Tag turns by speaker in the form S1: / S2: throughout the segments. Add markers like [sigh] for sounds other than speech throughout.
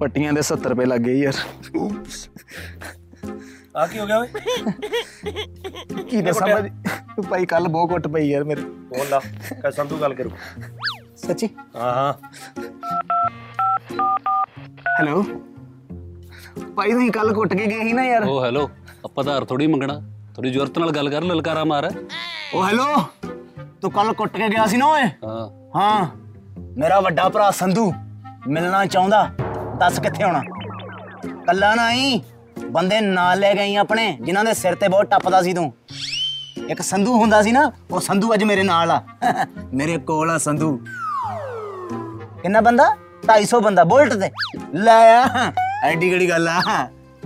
S1: ਪੱਟੀਆਂ ਦੇ 70 ਰੁਪਏ ਲੱਗ ਗਏ ਯਾਰ
S2: ਆ ਕੀ ਹੋ ਗਿਆ ਓਏ
S1: ਕੀ ਦੱਸਾਂ ਭਾਈ ਭਾਈ ਕੱਲ ਬਹੁਤ ਕੁੱਟ ਪਈ ਯਾਰ ਮੇਰੇ
S2: ਫੋਨ ਲਾ ਕਾ ਸੰਧੂ ਗੱਲ ਕਰੂ
S1: ਸੱਚੀ
S2: ਹਾਂ ਹਾਂ
S1: ਹੈਲੋ ਭਾਈ ਤੁਸੀਂ ਕੱਲ ਕੁੱਟ ਕੇ ਗਏ ਸੀ ਨਾ ਯਾਰ
S3: ਓ ਹੈਲੋ ਆਪਾਂ ਧਾਰ ਥੋੜੀ ਮੰਗਣਾ ਥੋੜੀ ਜ਼ੋਰਤ ਨਾਲ ਗੱਲ ਕਰ ਲਲਕਾਰਾ ਮਾਰ
S1: ਓ ਹੈਲੋ ਤੂੰ ਕੱਲ ਕੁੱਟ ਕੇ ਗਿਆ ਸੀ ਨਾ ਓਏ
S3: ਹਾਂ
S1: ਹਾਂ ਮੇਰਾ ਵੱਡਾ ਭਰਾ ਸੰਧੂ ਮਿਲਣਾ ਚਾਹੁੰਦਾ ਦੱਸ ਕਿੱਥੇ ਆਉਣਾ ਕੱਲਾ ਨਾ ਆਈ ਬੰਦੇ ਨਾਲ ਲੈ ਗਈ ਆਪਣੇ ਜਿਨ੍ਹਾਂ ਦੇ ਸਿਰ ਤੇ ਬਹੁਤ ਟੱਪਦਾ ਸੀ ਤੂੰ ਇੱਕ ਸੰਧੂ ਹੁੰਦਾ ਸੀ ਨਾ ਉਹ ਸੰਧੂ ਅੱਜ ਮੇਰੇ ਨਾਲ ਆ [laughs] ਮੇਰੇ ਕੋਲ ਆ ਸੰਧੂ ਕਿੰਨਾ ਬੰਦਾ 250 ਬੰਦਾ ਬੁਲਟ ਤੇ ਲੈ ਆ ਐਡੀ ਕਿਹੜੀ ਗੱਲ ਆ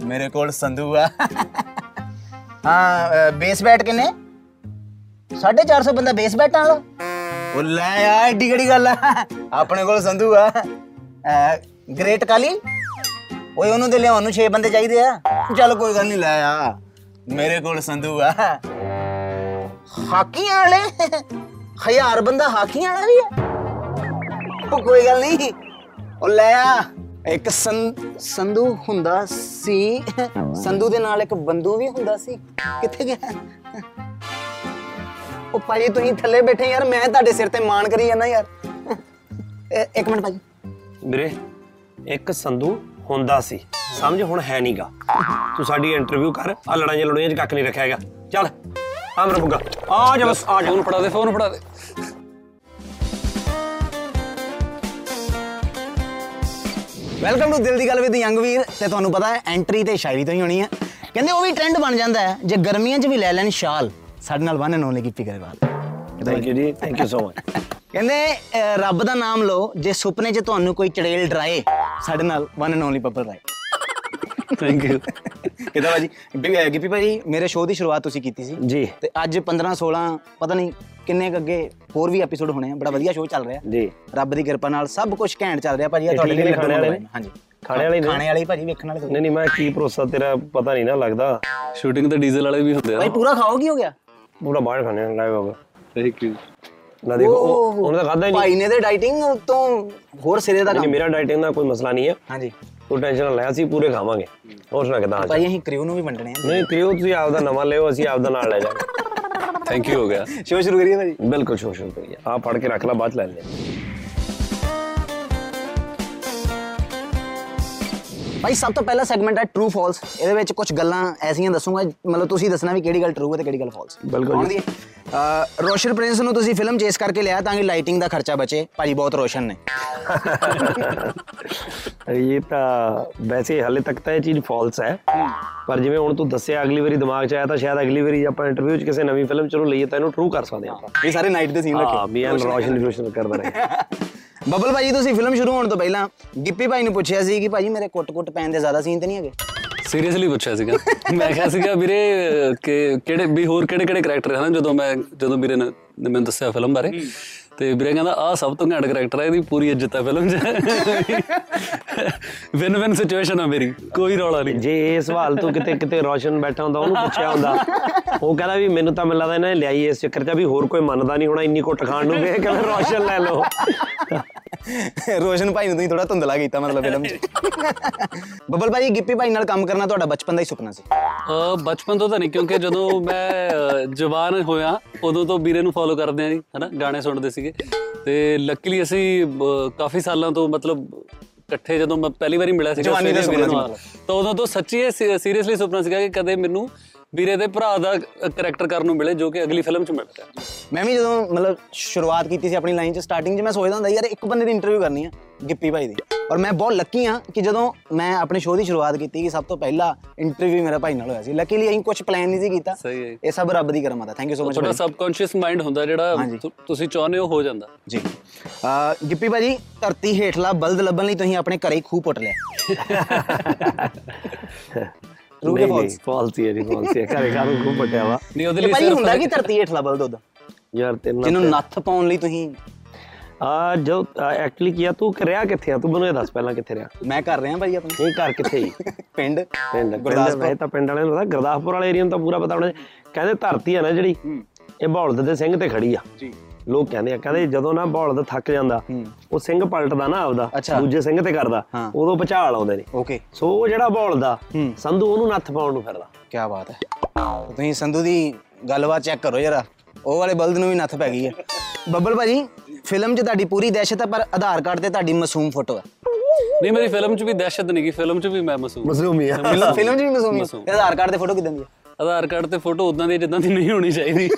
S1: ਮੇਰੇ ਕੋਲ ਸੰਧੂ ਆ [laughs] ਹਾਂ ਬੇਸ ਬੈਟ ਕਿੰਨੇ 450 ਬੰਦਾ ਬੇਸ ਬੈਟਾਂ ਵਾਲਾ ਉਹ ਲੈ ਆ ਏਡੀ ਕਿਹੜੀ ਗੱਲ ਆ ਆਪਣੇ ਕੋਲ ਸੰਧੂ ਆ ਅਹ, ਗ੍ਰੇਟ ਕਾਲੀ ਓਏ ਉਹਨੂੰ ਤੇ ਲਿਆਉਣ ਨੂੰ 6 ਬੰਦੇ ਚਾਹੀਦੇ ਆ ਚੱਲ ਕੋਈ ਗੱਲ ਨਹੀਂ ਲੈ ਆ ਮੇਰੇ ਕੋਲ ਸੰਧੂ ਆ ਹਾਕੀਆਂ ਵਾਲੇ ਹਜ਼ਾਰ ਬੰਦਾ ਹਾਕੀਆਂ ਵਾਲਾ ਵੀ ਆ ਉਹ ਕੋਈ ਗੱਲ ਨਹੀਂ ਉਹ ਲੈ ਆ ਇੱਕ ਸੰ- ਸੰਧੂ ਹੁੰਦਾ ਸੀ ਸੰਧੂ ਦੇ ਨਾਲ ਇੱਕ ਬੰਦੂ ਵੀ ਹੁੰਦਾ ਸੀ ਕਿੱਥੇ ਗਿਆ ਉਹ ਭਾਈ ਤੁਸੀਂ ਥੱਲੇ ਬੈਠੇ ਯਾਰ ਮੈਂ ਤੁਹਾਡੇ ਸਿਰ ਤੇ ਮਾਣ ਕਰੀ ਜਾਂਦਾ ਯਾਰ ਇਹ- ਇੱਕ ਮਿੰਟ ਭਾਈ
S2: ਵੀਰੇ ਇੱਕ ਸੰਧੂ ਹੁੰਦਾ ਸੀ ਸਮਝ ਹੁਣ ਹੈ ਨਹੀਂਗਾ ਤੂੰ ਸਾਡੀ ਇੰਟਰਵਿਊ ਕਰ ਆ ਲੜਾਈਆਂ ਲੜਾਈਆਂ 'ਚ ਕੱਖ ਨਹੀਂ ਰੱਖਿਆ ਹੈਗਾ ਚੱਲ ਆ ਮੇਰਾ ਬੁੱਗਾ ਆ ਜਾ ਬਸ ਆ ਜਾ
S3: ਫੋਨ ਫੜਾ ਦੇ ਫੋਨ ਫੜਾ ਦੇ
S1: ਵੈਲਕਮ ਟੂ ਦਿਲ ਦੀ ਗੱਲ ਵਿਦ ਯੰਗ ਵੀਰ ਤੇ ਤੁਹਾਨੂੰ ਪਤਾ ਹੈ ਐਂਟਰੀ ਤੇ ਸ਼ਾਇਰੀ ਤੋਂ ਹੀ ਹੋਣੀ ਹੈ ਕਹਿੰਦੇ ਉਹ ਵੀ ਟ੍ਰੈਂਡ ਬਣ ਜਾਂਦਾ ਹੈ ਜੇ ਗਰਮੀਆਂ 'ਚ ਵੀ ਲੈ ਲੈਣ ਸ਼ਾਲ ਸਾਡੇ ਨਾਲ ਬੰਨਣ ਹੋਣੇ ਕੀਤੀ ਕਰੇ
S2: ਥੈਂਕ ਯੂ ਜੀ ਥੈਂਕ ਯੂ ਸੋ ਮਚ
S1: ਕਹਿੰਦੇ ਅਹ, ਰੱਬ ਦਾ ਨਾਮ ਲਓ ਜੇ ਸੁਪਨੇ 'ਚ ਤੁਹਾਨੂੰ ਕੋਈ ਚੜੇਲ ਡਰਾਏ ਸਾਡੇ ਨਾਲ one and only purple Rai
S2: thank you
S1: ਕਿਦਾਂ ਭਾਜੀ ਬਿ- ਅਹ, ਗਿੱਪੀ ਭਾਜੀ ਮੇਰੇ ਸ਼ੋਅ ਦੀ ਸ਼ੁਰੂਆਤ ਤੁਸੀਂ ਕੀਤੀ ਸੀ
S2: ਜੀ
S1: ਤੇ ਅੱਜ 15 16 ਪਤਾ ਨਹੀਂ ਕਿੰਨੇ ਕੁ ਅੱਗੇ ਹੋਰ ਵੀ ਐਪੀਸੋਡ ਹੋਣੇ ਆ ਬੜਾ ਵਧੀਆ ਸ਼ੋਅ ਚੱਲ ਰਿਹਾ
S2: ਜੀ
S1: ਰੱਬ ਦੀ ਕਿਰਪਾ ਨਾਲ ਸਭ ਕੁਝ ਘੈਂਟ ਚੱਲ ਰਿਹਾ ਭਾਜੀ ਆ
S2: ਇਹ
S1: ਤੁਹਾਡੇ
S2: ਠੀਕ
S1: ਲਈ
S2: ਨੇ ਖਾਣੇ ਵਾਲੇ ਨੇ?
S1: ਹਾਂਜੀ
S2: ਖਾਣੇ ਵਾਲੇ ਨੇ?
S1: ਖਾਣੇ ਵਾਲੇ ਹੀ ਭਾਜੀ ਵੇਖਣ ਵਾਲੇ ਥੋੜ੍ਹੀ।
S2: ਨਹੀਂ ਨਹੀਂ ਮੈਂ ਕੀ ਭਰੋਸਾ ਤੇਰਾ ਪਤਾ ਨਹੀਂ ਨਾ ਲੱਗਦਾ
S3: ਸ਼ੂਟਿੰਗ ਤੇ ਡੀਜ਼ਲ ਵਾਲੇ ਵੀ ਹੁੰਦੇ ਆ
S1: ਭਾਈ ਪੂਰਾ ਖਾਓ ਕੀ ਹੋ ਗਿਆ
S2: ਪੂਰਾ ਬਾਹਰ ਖਾਣੇ ਆ ਲਾਈਵ ਹੋਗਾ
S3: ਥੈਂਕ ਯੂ
S2: ਨਾ ਦੇਖੋ ਉਹ- ਉਹਨੇ ਤਾਂ ਖਾਦਾ ਹੀ ਨਹੀਂ
S1: ਭਾਈ ਨੇ ਤੇ ਡਾਈਟਿੰਗ ਤੋਂ ਹੋਰ ਸਿਰੇ ਦਾ
S2: ਨਹੀਂ,
S1: ਕੰਮ
S2: ਮੇਰਾ ਡਾਈਟਿੰਗ ਦਾ ਕੋਈ ਮਸਲਾ ਨਹੀਂ ਹੈ
S1: ਹਾਂਜੀ
S2: ਤੂੰ ਟੈਨਸ਼ਨ ਨਾ ਲੈ ਅਸੀਂ ਪੂਰੇ ਖਾਵਾਂਗੇ ਹੋਰ ਸੁਣਾ ਕਿਦਾਂ
S1: ਭਾਈ ਅਸੀਂ ਕ੍ਰਿਊ ਨੂੰ ਵੀ ਵੰਡਣੇ ਆ
S2: ਨਹੀਂ ਕਰਿਓ ਤੁਸੀਂ ਆਪਦਾ ਨਵਾਂ ਲਿਓ ਅਸੀਂ ਆਪਦਾ ਨਾਲ ਲੈ ਜਾਵਾਂਗੇ
S3: ਥੈਂਕ ਯੂ ਹੋ ਗਿਆ
S1: ਸ਼ੋਅ ਸ਼ੁਰੂ ਕਰੀਏ ਭਾਜੀ
S2: ਬਿਲਕੁਲ ਸ਼ੋਸ਼ਲ ਕਰੀਏ ਆ ਪੜ ਕੇ ਰੱਖ ਲੈ ਬਾਅਦ 'ਚ ਲੈ ਲੈ
S1: ਭਾਈ ਸਭ ਤੋਂ ਪਹਿਲਾ ਸੈਗਮੈਂਟ ਹੈ ਟਰੂ ਫਾਲਸ ਇਹਦੇ ਵਿੱਚ ਕੁਝ ਗੱਲਾਂ ਐਸੀਆਂ ਦੱਸੂਗਾ ਮਤਲਬ ਤੁਸੀਂ ਦੱਸਣਾ ਵੀ ਕਿਹੜੀ ਗੱਲ ਟਰੂ ਹੈ ਤੇ ਕਿਹੜੀ ਗੱਲ ਫਾਲਸ
S2: ਬਿਲਕੁਲ।
S1: ਰੋਸ਼ਨ ਪ੍ਰਿੰਸ ਨੂੰ ਤੁਸੀਂ ਫਿਲਮ ਚੇਸ ਕਰਕੇ ਲਿਆ ਤਾਂ ਕਿ ਲਾਈਟਿੰਗ ਦਾ ਖਰਚਾ ਬਚੇ ਭਾਜੀ ਬਹੁਤ ਰੋਸ਼ਨ ਨੇ
S2: ਇਹ ਤਾਂ ਵੈਸੇ ਹਾਲੇ ਤੱਕ ਤਾਂ ਇਹ ਚੀਜ਼ ਫਾਲਸ ਹੈ ਪਰ ਜਿਵੇਂ ਹੁਣ ਤੂੰ ਦੱਸਿਆ ਅਗਲੀ ਵਾਰੀ ਦਿਮਾਗ 'ਚ ਆਇਆ ਤਾਂ ਸ਼ਾਇਦ ਅਗਲੀ ਵਾਰੀ ਆਪਾਂ ਇੰਟਰਵਿਊ 'ਚ ਕਿਸੇ ਨਵੀਂ ਫਿਲਮ ਚਲੋ ਲਈਏ ਤਾਂ ਇਹਨੂੰ ਟਰੂ ਕਰ ਸਕਦੇ ਹਾਂ ਆਪਾਂ
S1: ਇਹ ਸਾਰੇ ਨਾਈਟ ਦੇ ਸੀਨ
S2: ਹਾਂ ਵੀ ਐਨ ਰੋਸ਼ਨ ਰੋਸ਼ਨ ਕਰਦਾ ਰਹੇ
S1: ਬੱਬਲ ਭਾਜੀ ਤੁਸੀਂ ਫਿਲਮ ਸ਼ੁਰੂ ਹੋਣ ਤੋਂ ਪਹਿਲਾਂ ਗਿੱਪੀ ਭਾਈ ਨੂੰ ਪੁੱਛਿਆ ਸੀ ਕਿ ਭਾਜੀ ਮੇਰੇ ਕੁੱਟ-ਕੁੱਟ ਪੈਣ ਦੇ ਜ਼ਿਆਦਾ ਸੀਨ ਤੇ ਨਹੀਂ ਹੈਗੇ [laughs]
S3: ਸੀਰੀਅਸਲੀ ਪੁੱਛਿਆ ਸੀਗਾ ਮੈਂ ਕਿਹਾ ਸੀਗਾ ਵੀਰੇ ਅਹ, ਕਿ ਕਿਹੜੇ ਵੀ ਹੋਰ ਕਿਹੜੇ ਕਿਹੜੇ ਕੈਰੈਕਟਰ ਹਨ ਜਦੋਂ ਮੈਂ ਜਦੋਂ ਵੀਰੇ ਨੇ ਨੇ ਮੈਨੂੰ ਦੱਸਿਆ ਫਿਲਮ ਬਾਰੇ ਤੇ ਵੀਰੇ ਕਹਿੰਦਾ ਆਹ ਸਭ ਤੋਂ ਘੈਂਟ ਕੈਰੈਕਟਰ ਹੈ ਇਹਦੀ ਪੂਰੀ ਇੱਜ਼ਤ ਹੈ ਫਿਲਮ 'ਚ ਵਿਨ ਵਿਨ ਸਿਚੁਏਸ਼ਨ ਆ ਮੇਰੀ ਕੋਈ ਰੌਲਾ ਨਹੀਂ
S2: ਜੇ ਇਹ ਸਵਾਲ ਤੂੰ ਕਿਤੇ ਕਿਤੇ ਰੋਸ਼ਨ ਬੈਠਾ ਹੁੰਦਾ ਉਹਨੂੰ ਪੁੱਛਿਆ ਹੁੰਦਾ ਉਹ ਕਹਿੰਦਾ ਵੀ ਮੈਨੂੰ ਤਾਂ ਮਿਲਦਾ ਇਹਨਾਂ ਨੇ ਲਿਆਈ ਇਸ ਚੱਕਰ 'ਚ ਵੀ ਹੋਰ ਕੋਈ ਮੰਨਦਾ ਨਹੀਂ ਹੋਣਾ ਇੰਨੀ ਕੁੱਟ ਖਾਣ ਨੂੰ ਵੀ ਇਹ ਕਹਿੰਦਾ ਰੋਸ਼ਨ ਲੈ ਲਓ
S1: ਰੋਸ਼ਨ ਭਾਈ ਨੂੰ ਤੁਸੀਂ ਥੋੜਾ ਧੁੰਦਲਾ ਕੀਤਾ ਮਤਲਬ ਫਿਲਮ 'ਚ
S2: [laughs]
S1: ਬੱਬਲ ਭਾਜੀ ਗਿੱਪੀ ਭਾਈ ਨਾਲ ਕੰਮ ਕਰਨਾ ਤੁਹਾਡਾ ਬਚਪਨ ਦਾ ਹੀ ਸੁਪਨਾ ਸੀ
S3: ਅਹ ਬਚਪਨ ਤੋਂ ਤਾਂ ਨਹੀਂ ਕਿਉਂਕਿ ਜਦੋਂ ਮੈਂ ਅਹ, ਜਵਾਨ ਹੋਇਆ ਉਦੋਂ ਤੋਂ ਵੀਰੇ ਨੂੰ ਫੋਲੋ ਕਰਦੇ ਆ ਜੀ ਹਨਾ ਗਾਣੇ ਸੁਣਦੇ ਸੀਗੇ ਤੇ ਲੱਕੀਲੀ ਅਸੀਂ ਅਹ, ਕਾਫੀ ਸਾਲਾਂ ਤੋਂ ਮਤਲਬ ਇਕੱਠੇ ਜਦੋਂ ਮੈਂ ਪਹਿਲੀ ਵਾਰੀ ਮਿਲਿਆ ਸੀਗਾ
S1: ਜਵਾਨੀ ਦਾ
S3: ਸਵੇਰੇ ਵੀਰੇ
S1: ਸੁਪਨਾ
S3: ਨੂੰ, ਤਾਂ ਉਦੋਂ ਤੋਂ ਸੱਚੀ ਸੀਰੀਅਸਲੀ ਸੁਪਨਾ ਸੀਗਾ ਕਿ ਕਦੇ ਮੈਨੂੰ ਵੀਰੇ ਦੇ ਭਰਾ ਦਾ ਕਰੈਕਟਰ ਕਰਨ ਨੂੰ ਮਿਲੇ ਜੋ ਕਿ ਅਗਲੀ ਫਿਲਮ 'ਚ ਮਿਲ ਰਿਹਾ
S1: ਮੈਂ ਵੀ ਜਦੋਂ ਮਤਲਬ ਸ਼ੁਰੂਆਤ ਕੀਤੀ ਸੀ ਆਪਣੀ ਲਾਈਨ 'ਚ ਸਟਾਰਟਿੰਗ 'ਚ ਮੈਂ ਸੋਚਦਾ ਹੁੰਦਾ ਯਾਰ ਇੱਕ ਬੰਦੇ ਦੀ ਇੰਟਰਵਿਊ ਕਰਨੀ ਆ ਗਿੱਪੀ ਭਾਈ ਦੀ ਔਰ ਮੈਂ ਬਹੁਤ ਲੱਕੀ ਹਾਂ ਕਿ ਜਦੋਂ ਮੈਂ ਆਪਣੇ ਸ਼ੋਅ ਦੀ ਸ਼ੁਰੂਆਤ ਕੀਤੀ ਕਿ ਸਭ ਤੋਂ ਪਹਿਲਾ ਇੰਟਰਵਿਊ ਮੇਰਾ ਭਾਈ ਨਾਲ ਹੋਇਆ ਸੀ ਲੱਕੀਲੀ ਅਸੀਂ ਕੁਝ ਪਲਾਨ ਨਹੀਂ ਸੀ ਕੀਤਾ
S3: ਸਹੀ ਹੈ ਜੀ।
S1: ਇਹ ਸਭ ਰੱਬ ਦੀ ਕਰਮ ਆ ਥੈਂਕ ਯੂ ਸੋ ਮਚ
S3: ਤੁਹਾਡਾ ਸਬਕੌਂਸ਼ੀਅਸ ਮਾਈਂਡ ਹੁੰਦਾ ਜਿਹੜਾ ਤੁ- ਤੁਸੀਂ ਚਾਹੁੰਦੇ ਹੋ ਹੋ ਜਾਂਦਾ
S1: ਜੀ ਅਹ ਗਿੱਪੀ ਭਾਜੀ ਧਰਤੀ ਹੇਠਲਾ ਬਲਦ ਲੱਭਣ ਲਈ ਤੁਸੀਂ ਆਪਣੇ ਘਰੇ ਹੀ ਖੂਹ ਪੁੱਟ ਲਿਆ True
S2: ਨਹੀਂ,
S1: ਜਾਂ
S2: ਨਹੀਂ ਫਾਲਸ ਹੀ ਹੈ ਜੀ ਫਾਲਸ ਹੀ ਹੈ ਘਰੇ ਘਰ ਨੂੰ ਪਟਿਆ ਵਾ
S3: ਨਹੀਂ ਉਹਦੇ
S1: ਇਹ
S3: ਲਈ
S1: ਭਾਜੀ
S3: ਸਿਰਫ
S1: ਹੁੰਦਾ ਕਿ ਧਰਤੀ ਹੇਠਲਾ ਬਲਦ ਉਹਦਾ
S2: ਯਾਰ ਤੇਨਾਂ
S1: ਜਿਹਨੂੰ ਨੱਥ ਪਾਉਣ ਲਈ ਤੁਸੀਂ
S2: ਆ ਜੋ ਐਕਚੁਅਲੀ ਕੀਆ ਤੂੰ ਕਰਿਆ ਕਿੱਥੇ ਆ ਤੂੰ ਮੈਨੂੰ ਇਹ ਦੱਸ ਪਹਿਲਾਂ ਕਿੱਥੇ ਰਿਹਾ
S1: ਮੈਂ ਕਰ ਰਿਹਾ ਭਾਜੀ ਆਪਣੇ
S2: ਨਹੀਂ ਘਰ ਕਿੱਥੇ ਹੀ
S1: ਪਿੰਡ
S2: ਪਿੰਡ
S1: ਗੁਰਦਾਸਪੁਰ।
S2: ਗੁਰਦਾਸਪੁਰ ਤਾਂ ਪਿੰਡ ਵਾਲਿਆਂ ਨੂੰ ਪਤਾ ਗੁਰਦਾਸਪੁਰ ਵਾਲੇ ਏਰੀਆ ਨੂੰ ਤਾਂ ਪੂਰਾ ਪਤਾ ਹੋਣਾ ਕਹਿੰਦੇ ਧਰਤੀ ਆ ਨਾ ਜਿਹੜੀ ਇਹ ਬੌਲਦ ਦੇ ਸਿੰਘ ਤੇ ਖੜੀ ਆ ਜੀ ਲੋਕ ਕਹਿੰਦੇ ਆ ਕਹਿੰਦੇ ਜਦੋਂ ਨਾ ਬੌਲਦ ਥੱਕ ਜਾਂਦਾ ਉਹ ਸਿੰਘ ਪਲਟਦਾ ਨਾ ਆਪਦਾ
S1: ਅੱਛਾ।
S2: ਦੂਜੇ ਸਿੰਘ ਤੇ ਕਰਦਾ
S1: ਹਾਂ।
S2: ਉਦੋਂ ਭਚਾਲ ਆਉਂਦੇ ਨੇ
S1: ਓਕੇ
S2: ਸੋ ਉਹ ਜਿਹੜਾ ਬੌਲਦਾ
S1: ਹੂੰ।
S2: ਸੰਧੂ ਉਹਨੂੰ ਨੱਥ ਪਾਉਣ ਨੂੰ ਫਿਰਦਾ
S1: ਕੀ ਬਾਤ ਹੈ ਤੁਸੀਂ ਸੰਧੂ ਦੀ ਗੱਲਬਾਤ ਚੈੱਕ ਕਰੋ ਜਰਾ ਉਹ ਵਾਲੇ ਬਲਦ ਨੂੰ ਵੀ ਨੱਥ ਪੈ ਗਈ ਹੈ ਬੱਬਲ ਭਾਜੀ ਫਿਲਮ 'ਚ ਤੁਹਾਡੀ ਪੂਰੀ ਦਹਿਸ਼ਤ ਹੈ ਪਰ ਆਧਾਰ ਕਾਰਡ ਤੇ ਤੁਹਾਡੀ ਮਾਸੂਮ ਫੋਟੋ ਹੈ
S3: ਨਹੀਂ ਮੇਰੀ ਫਿਲਮ 'ਚ ਵੀ ਦਹਿਸ਼ਤ ਨਹੀਂ ਗਈ ਫਿਲਮ 'ਚ ਵੀ ਮੈਂ ਮਸੂਮ
S2: ਮਜ਼ਲੂਮੀ ਆ
S1: ਫਿਲਮ 'ਚ ਵੀ ਮਾਸੂਮ ਹੀ ਹੈ
S3: ਮਾਸੂਮ।
S1: ਤੇ ਆਧਾਰ ਕਾਰਡ ਤੇ ਫੋਟੋ ਕਿਦਾਂ ਦੀ ਹੈ
S3: ਆਧਾਰ ਕਾਰਡ ਤੇ ਫੋਟੋ ਉਦਾਂ ਦੀ ਜਿੱਦਾਂ ਦੀ ਨਹੀਂ ਹੋਣੀ ਚਾਹੀਦੀ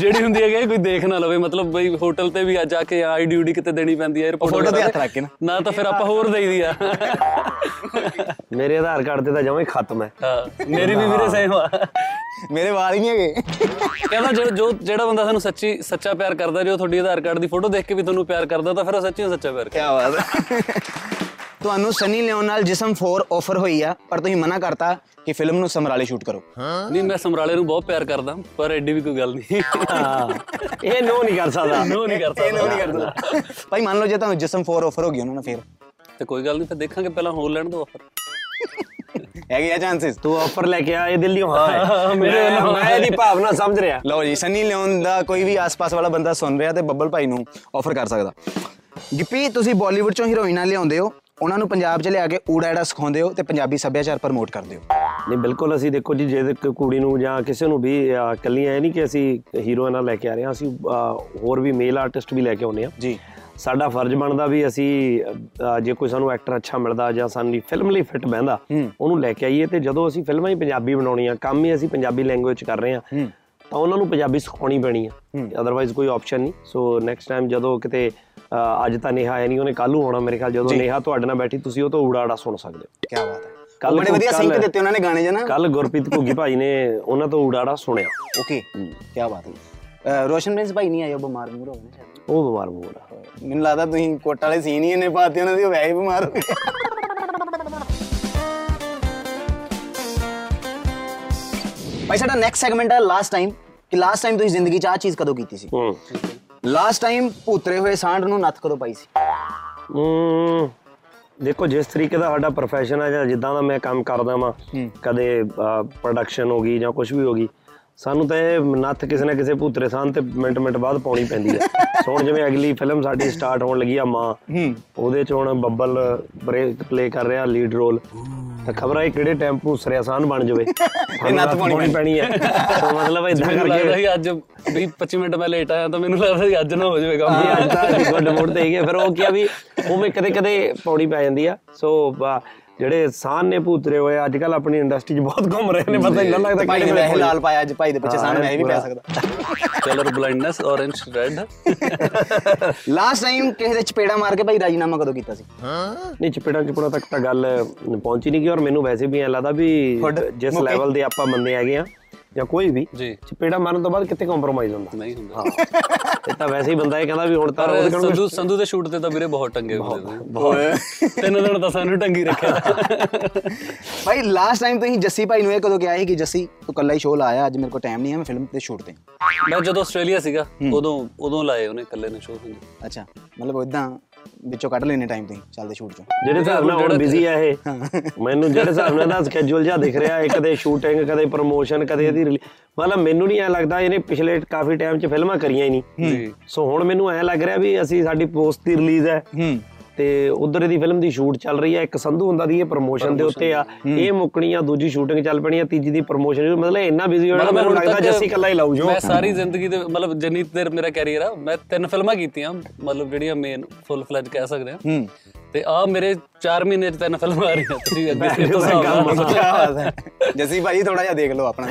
S3: ਜਿਹੜੀ ਹੁੰਦੀ ਹੈ ਕਿ ਕੋਈ ਦੇਖ ਨਾ ਲਵੇ ਮਤਲਬ ਬਈ ਹੋਟਲ ਤੇ ਵੀ ਅੱਜ ਆ ਕੇ ਆਈ ਡਿਊਟੀ ਕਿਤੇ ਦੇਣੀ ਪੈਂਦੀ ਹੈ ਰਿਪੋਰਟ
S1: photo ਤੇ ਹੱਥ ਰੱਖ ਕੇ ਨਾ।
S3: ਨਾ ਤਾਂ ਫਿਰ ਆਪਾਂ ਹੋਰ ਦੇਈਦੀ ਆ
S2: ਮੇਰੇ ਆਧਾਰ ਕਾਰਡ ਤੇ ਤਾਂ ਜਮਾਂ ਹੀ ਖਤਮ ਹੈ
S3: ਹਾਂ, ਮੇਰੀ ਵੀ ਵੀਰੇ ਸੇਮ ਆ
S1: ਮੇਰੇ ਵਾਲ ਹੀ ਨਹੀਂ ਹੈਗੇ
S3: ਕਹਿੰਦਾ ਜੋ ਜੋ- ਜਿਹੜਾ ਬੰਦਾ ਤੁਹਾਨੂੰ ਸੱਚੀ ਸੱਚਾ ਪਿਆਰ ਕਰਦਾ ਜੋ ਤੁਹਾਡੀ ਆਧਾਰ ਕਾਰਡ ਦੀ ਫੋਟੋ ਦੇਖ ਕੇ ਵੀ ਤੁਹਾਨੂੰ ਪਿਆਰ ਕਰਦਾ ਤਾਂ ਫਿਰ ਉਹ ਸੱਚੀ ਸੱਚਾ ਪਿਆਰ ਕਰਦਾ
S1: ਕਿਆ ਬਾਤ ਹੈ ਤੁਹਾਨੂੰ ਸਨੀ ਲਿਓਨ ਨਾਲ ਜਿਸਮ 4 ਆਫਰ ਹੋਈ ਆ ਪਰ ਤੁਸੀਂ ਮਨਾ ਕਰਤਾ ਕਿ ਫਿਲਮ ਨੂੰ ਸਮਰਾਲੇ ਸ਼ੂਟ ਕਰੋ
S3: ਨਹੀਂ ਮੈਂ ਸਮਰਾਲੇ ਨੂੰ ਬਹੁਤ ਪਿਆਰ ਕਰਦਾ ਪਰ ਐਡੀ ਵੀ ਕੋਈ ਗੱਲ ਨਹੀਂ
S2: ਇਹ ਨੋ ਨਹੀਂ ਕਰ ਸਕਦਾ
S3: ਨੋ ਨਹੀਂ ਕਰਦਾ
S1: ਭਾਈ ਮੰਨ ਲਓ ਜੇ ਤੁਹਾਨੂੰ ਜਿਸਮ 4 ਆਫਰ ਹੋ ਗਈ ਉਹਨਾਂ ਨੂੰ ਫਿਰ
S3: ਤੇ ਕੋਈ ਗੱਲ ਨਹੀਂ ਫਿਰ ਦੇਖਾਂਗੇ ਪਹਿਲਾਂ ਹੋਰ ਲੈਣ ਦੋ ਆਫਰ
S1: ਹੈਗੇ ਆ ਚਾਂਸਸ
S2: ਤੂੰ ਆਫਰ ਲੈ ਕੇ ਆ ਇਹ ਦਿੱਲੀੋਂ ਹਾਂ ਹੈ।
S3: ਮੇਰੇ
S2: ਮੈਂ-
S3: ਵੱਲੋਂ
S2: ਮੈਂ ਇਹਦੀ ਭਾਵਨਾ ਸਮਝ ਰਿਹਾ
S1: ਲਓ ਜੀ ਸਨੀ ਲਿਓਨ ਦਾ ਕੋਈ ਵੀ ਆਸ-ਪਾਸ ਵਾਲਾ ਬੰਦਾ ਸੁਣ ਰਿਹਾ ਤੇ ਬੱਬਲ ਭਾਈ ਨੂੰ ਆਫਰ ਕਰ ਸਕਦਾ ਗਿੱਪੀ ਤੁਸੀਂ ਬਾਲੀਵੁੱਡ ਚੋਂ ਹੀਰੋਇਨਾਂ ਲਿਆਉਂਦੇ ਹੋ ਉਹਨਾਂ ਨੂੰ ਪੰਜਾਬ 'ਚ ਲਿਆ ਕੇ ਊੜਾ ਐੜਾ ਸਿਖਾਉਂਦੇ ਹੋ ਤੇ ਪੰਜਾਬੀ ਸੱਭਿਆਚਾਰ ਪ੍ਰਮੋਟ ਕਰਦੇ ਹੋ
S2: ਨਹੀਂ ਬਿਲਕੁਲ ਅਸੀਂ ਦੇਖੋ ਜੀ ਜੇ ਤੇ ਕੁੜੀ ਨੂੰ ਜਾਂ ਕਿਸੇ ਨੂੰ ਵੀ ਅਹ, ਇਕੱਲੀਆਂ ਇਹ ਨਹੀਂ ਕਿ ਅਸੀਂ ਹੀਰੋਇਨਾਂ ਨਾਲ ਲੈ ਕੇ ਆ ਰਹੇ ਹਾਂ ਅਸੀਂ ਅਹ, ਹੋਰ ਵੀ ਮੇਲ ਆਰਟਿਸਟ ਵੀ ਲੈ ਕੇ ਆਉਂਦੇ ਹਾਂ
S1: ਜੀ
S2: ਸਾਡਾ ਫਰਜ਼ ਬਣਦਾ ਵੀ ਅਸੀਂ ਅਹ, ਜੇ ਕੋਈ ਸਾਨੂੰ ਐਕਟਰ ਅੱਛਾ ਮਿਲਦਾ ਜਾਂ ਸਾਨੂੰ ਫਿਲਮ ਲਈ ਫਿੱਟ ਬਹਿੰਦਾ ਉਹਨੂੰ ਲੈ ਕੇ ਆਈਏ ਤੇ ਜਦੋਂ ਅਸੀਂ ਫਿਲਮਾਂ ਹੀ ਪੰਜਾਬੀ ਬਣਾਉਣੀਆਂ ਕੰਮ ਹੀ ਅਸੀਂ ਪੰਜਾਬੀ ਲੈਂਗੁਏਜ ਕਰ ਰਹੇ ਹਾਂ ਤਾਂ ਉਹਨਾਂ ਨੂੰ ਪੰਜਾਬੀ ਸਿਖਾਉਣੀ ਪੈਣੀ ਆ ਅਦਰਵਾਇਜ਼ ਕੋਈ ਆਪਸ਼ਨ ਨਹੀਂ ਸੋ ਨੈਕਸਟ ਟਾਈਮ ਜਦੋਂ ਕਿਤੇ ਅਹ, ਅੱਜ ਤਾਂ ਨੇਹਾ ਆਇਆ ਨਹੀਂ ਉਹਨੇ ਕੱਲ੍ਹ ਨੂੰ ਆਉਣਾ ਮੇਰੇ ਖਿਆਲ ਜਦੋਂ ਨੇਹਾ ਤੁਹਾਡੇ ਨਾਲ ਬੈਠੀ ਤੁਸੀਂ ਉਹ ਤੋਂ ਉੜਾੜਾ ਸੁਣ ਸਕਦੇ ਹੋ
S1: ਕੀ ਬਾਤ ਹੈ
S2: ਕੱਲ੍ਹ
S1: ਬੜੇ ਵਧੀਆ
S2: ਕੱਲ੍ਹ-
S1: ਸਿੰਕ ਦਿੱਤੇ ਉਹਨਾਂ ਨੇ ਗਾਣੇ ਜਨਾ
S2: ਕੱਲ ਗੁਰਪ੍ਰੀਤ ਘੁੱਗੀ ਭਾਈ ਨੇ ਉਹਨਾਂ ਤੋਂ ਉਡਾੜਾ ਸੁਣਿਆ
S1: ਓਕੇ ਕੀ ਬਾਤ ਹੈ ਅਹ ਰੋਸ਼ਨ ਪ੍ਰਿੰਸ ਭਾਈ ਨਹੀਂ ਆਏ ਉਹ ਬਿਮਾਰ ਬਿਮਾਰ ਹੋ ਗਏ ਨੇ ਸ਼ਾਇਦ।
S2: ਉਹ ਬਿਮਾਰ ਬੋਲਾ
S1: ਮੈਨੂੰ ਲੱਗਦਾ ਤੁਸੀਂ ਕੋਟ ਵਾਲੇ ਸੀਨ ਹੀ ਇਹਨੇ ਪਾਤੇ ਉਹਨਾਂ ਦੀ ਉਹ ਵੈਸੇ ਹੀ ਬਿਮਾਰ ਹੋ ਗਏ ਭਾਈ ਸਾਡਾ ਨੈਕਸਟ ਸੈਗਮੈਂਟ ਹੈ ਲਾਸਟ ਟਾਈਮ ਕਿ ਲਾਸਟ ਟਾਈਮ ਤੁਸੀਂ ਜ਼ਿੰਦਗੀ 'ਚ ਆ ਚੀਜ਼ ਕਦੋਂ ਕੀਤੀ ਸੀ
S2: ਹੂੰ
S1: ਲਾਸਟ ਟਾਈਮ ਭੂਤਰੇ ਹੋਏ ਸਾਂਢ ਨੂੰ ਨੱਥ ਕਦੋਂ ਪਾਈ ਸੀ
S2: ਹੂੰ ਦੇਖੋ ਜਿਸ ਤਰੀਕੇ ਦਾ ਸਾਡਾ profession ਹੈ ਜਾਂ ਜਿੱਦਾਂ ਦਾ ਮੈਂ ਕੰਮ ਕਰਦਾ ਵਾਂ ਕਦੇ ਪ੍ਰੋਡਕਸ਼ਨ ਹੋ ਗਈ ਜਾਂ ਕੁਝ ਵੀ ਹੋ ਗਈ ਸਾਨੂੰ ਤਾਂ ਇਹ ਨੱਥ ਕਿਸੇ ਨਾ ਕਿਸੇ ਭੂਤਰੇ ਸਾਨ ਤੇ ਮਿੰਟ ਮਿੰਟ ਬਾਅਦ ਪਾਉਣੀ ਪੈਂਦੀ ਹੈ ਸੋ ਹੁਣ ਜਿਵੇਂ ਅਗਲੀ ਫਿਲਮ ਸਾਡੀ ਸਟਾਰਟ ਹੋਣ ਲੱਗੀ ਆ ਮਾਂ ਉਹਦੇ ਚ ਹੁਣ ਬੱਬਲ ਪਲੇ ਕਰ ਰਿਹਾ ਲੀਡ ਰੋਲ ਤਾਂ ਖਬਰ ਹੈ ਕਿਹੜੇ ਟਾਈਮ ਭੂਸਰੇ ਆਸਾਨ ਬਣ ਜਾਵੇ ਇਹ
S1: ਨੱਥ ਪਾਉਣੀ
S2: ਪੈਣੀ ਹੈ ਸੋ ਮਤਲਬ ਇਦਾਂ
S3: ਮੈਨੂੰ
S2: ਕਰਕੇ
S3: ਲੱਗਦਾ ਸੀ ਅੱਜ ਵੀ 25 ਮਿੰਟ ਮੈਂ ਲੇਟ ਆਇਆ ਤਾਂ ਮੈਨੂੰ ਲੱਗਦਾ ਸੀ ਅੱਜ ਨਾ ਹੋ ਜਾਵੇ ਕੰਮ
S2: ਵੀ ਅੱਜ ਤਾਂ ਗੁੱਡ ਮੂਡ ਤੇ ਹੈਗੇ ਫਿਰ ਉਹ ਕੀ ਆ ਵੀ ਉਵੇਂ ਕਦੇ ਕਦੇ ਪੌੜੀ ਪੈ ਜਾਂਦੀ ਆ ਸੋ ਬ- ਜਿਹੜੇ ਸਾਨ ਨੇ ਭੂਤਰੇ ਹੋਏ ਅੱਜ ਕੱਲ ਆਪਣੀ ਇੰਡਸਟਰੀ 'ਚ ਬਹੁਤ ਘੁੰਮ ਰਹੇ ਨੇ ਪਤਾ ਨਹੀਂ ਲੱਗਦਾ
S1: ਭਾਈ
S2: ਕਿਹੜੇ
S1: ਨੇ
S2: ਵੇਲੇ
S1: ਵੈਸੇ ਲਾਲ ਪਾਇਆ ਅੱਜ ਭਾਈ ਦੇ ਪਿੱਛੇ ਸਾਂਢ ਮੈਂ ਵੀ ਪੈ ਸਕਦਾ
S3: colour blindness orange red [laughs]
S1: last time ਕਿਸੇ ਦੇ ਚਪੇੜਾ ਮਾਰ ਕੇ ਭਾਈ ਰਾਜੀਨਾਮਾ ਕਦੋਂ ਕੀਤਾ ਸੀ
S2: ਨਹੀਂ ਚਪੇੜਾਂ ਚਪੜਾ ਤੱਕ ਤਾਂ ਗੱਲ ਪਹੁੰਚੀ ਨਹੀਂ ਗਈ ਔਰ ਮੈਨੂੰ ਵੈਸੇ ਵੀ ਐ ਲੱਗਦਾ ਵੀ
S1: Good,
S2: ਜਿਸ
S1: ਮੁੱਕੇ।
S2: ਲੈਵਲ ਦੇ ਆਪਾਂ ਬੰਦੇ ਹੈਗੇ ਆ ਜਾਂ ਕੋਈ ਵੀ
S3: ਜੀ।
S2: ਚਪੇੜਾ ਮਾਰਨ ਤੋਂ ਬਾਅਦ ਕਿੱਥੇ ਕੰਪਰੋਮਾਈਜ਼ ਹੁੰਦਾ
S3: ਨਹੀਂ ਹੁੰਦਾ
S2: ਇਹ ਤਾਂ ਵੈਸੇ ਹੀ ਬੰਦਾ ਇਹ ਕਹਿੰਦਾ ਵੀ ਹੁਣ ਤਾਂ
S3: ਪਰ
S2: ਉਹਦੇ ਕੋਲ
S3: ਸੰਧੂ ਸੰਧੂ ਦੇ ਸ਼ੂਟ ਤੇ ਤਾਂ ਵੀਰੇ ਬਹੁਤ ਟੰਗੇ ਹੁੰਦੇ ਸੀ ਤਿੰਨ ਦਿਨ ਤਾਂ ਸਾਨੂੰ ਟੰਗੀ ਰੱਖਿਆ
S1: ਭਾਈ ਲਾਸਟ ਟਾਈਮ ਤੁਸੀਂ ਜੱਸੀ ਭਾਈ ਨੂੰ ਇਹ ਕਦੋਂ ਕਿਹਾ ਸੀ ਕਿ ਜੱਸੀ ਤੂੰ ਕੱਲਾ ਹੀ ਸ਼ੋਅ ਲਾਇਆ ਅੱਜ ਮੇਰੇ ਕੋਲ ਟਾਈਮ ਨਹੀਂ ਹੈ ਮੈਂ ਫਿਲਮ ਤੇ ਸ਼ੂਟ ਤੇ ਹਾਂ।
S3: ਮੈਂ ਜਦੋਂ ਆਸਟ੍ਰੇਲੀਆ ਸੀਗਾ ਉਦੋਂ ਉਦੋਂ ਲਾਏ ਉਹਨੇ ਇਕੱਲੇ ਨੇ ਸ਼ੋਅ ਹੁੰਦੇ
S1: ਅੱਛਾ ਮਤਲਬ ਇਦਾਂ ਵਿੱਚੋਂ ਕੱਢ ਲੈਨੇ ਟਾਈਮ ਤੁਸੀਂ ਚੱਲਦੇ ਸ਼ੂਟ ਚੋਂ
S2: ਜਿਹੜੇ ਹਿਸਾਬ ਨਾਲ ਹੁਣ ਬਿਜ਼ੀ ਆ ਇਹ ਮੈਨੂੰ ਜਿਹੜੇ ਹਿਸਾਬ ਨਾਲ ਦਾ ਸਕੇਜੂਲ ਜਿਹਾ ਦਿਖ ਰਿਹਾ ਇਹ ਕਦੇ ਸ਼ੂਟਿੰਗ ਕਦੇ ਪ੍ਰੋਮੋਸ਼ਨ ਕਦੇ ਇਹਦੀ rele- ਮਤਲਬ ਮੈਨੂੰ ਨਹੀਂ ਐ ਲੱਗਦਾ ਇਹਨੇ ਪਿਛਲੇ ਕਾਫੀ ਟਾਈਮ 'ਚ ਫਿਲਮਾਂ ਕਰੀਆਂ ਹੀ ਨਹੀਂ
S3: ਜੀ
S2: ਸੋ ਹੁਣ ਮੈਨੂੰ ਐ ਲੱਗ ਰਿਹਾ ਵੀ ਅਸੀਂ ਸਾਡੀ ਪੋਸਟ ਦੀ ਰਿਲੀਜ਼ ਹੈ
S1: ਹੂੰ
S2: ਤੇ ਉਧਰ ਇਹਦੀ ਫਿਲਮ ਦੀ ਸ਼ੂਟ ਚੱਲ ਰਹੀ ਹੈ ਇੱਕ ਸੰਧੂ ਹੁੰਦਾ ਦੀ ਇਹ ਪ੍ਰੋਮੋਸ਼ਨ ਦੇ ਉੱਤੇ ਆ ਇਹ ਮੁੱਕਣੀ ਆ ਦੂਜੀ ਸ਼ੂਟਿੰਗ ਚੱਲ ਪੈਣੀ ਆ ਤੀਜੀ ਦੀ ਪ੍ਰੋਮੋਸ਼ਨ ਮਤਲਬ ਇੰਨਾ ਬਿਜ਼ੀ ਹੋਣਾ ਮੈਨੂੰ ਲੱਗਦਾ ਜੱਸੀ ਕੱਲਾ ਹੀ ਲਾਊ ਜੋ
S3: ਮੈਂ ਸਾਰੀ ਜ਼ਿੰਦਗੀ ਦੇ ਮਤਲਬ ਜਿੰਨੀ ਦੇਰ ਮੇਰਾ ਕੈਰੀਅਰ ਆ ਮੈਂ ਤਿੰਨ ਫਿਲਮਾਂ ਕੀਤੀਆਂ ਮਤਲਬ ਜਿਹੜੀਆਂ ਮੇਨ ਫੁੱਲ ਫਲੈਜ ਕਹਿ ਸਕਦੇ ਆ
S1: ਹੂੰ
S3: ਤੇ ਆ ਮੇਰੇ 4 ਮਹੀਨੇ ਚ ਤਿੰਨ ਫਿਲਮਾਂ ਆ ਰਹੀਆਂ ਤੁਸੀਂ ਅੱਗੇ ਇਹ ਤੋਂ ਹਿਸਾਬ ਲਾ ਲਓ।
S1: ਕਿਆ ਬਾਤ ਹੈ ਜੱਸੀ ਭਾਈ ਥੋੜਾ ਜਿਹਾ ਦੇਖ ਲਓ ਆਪਣਾ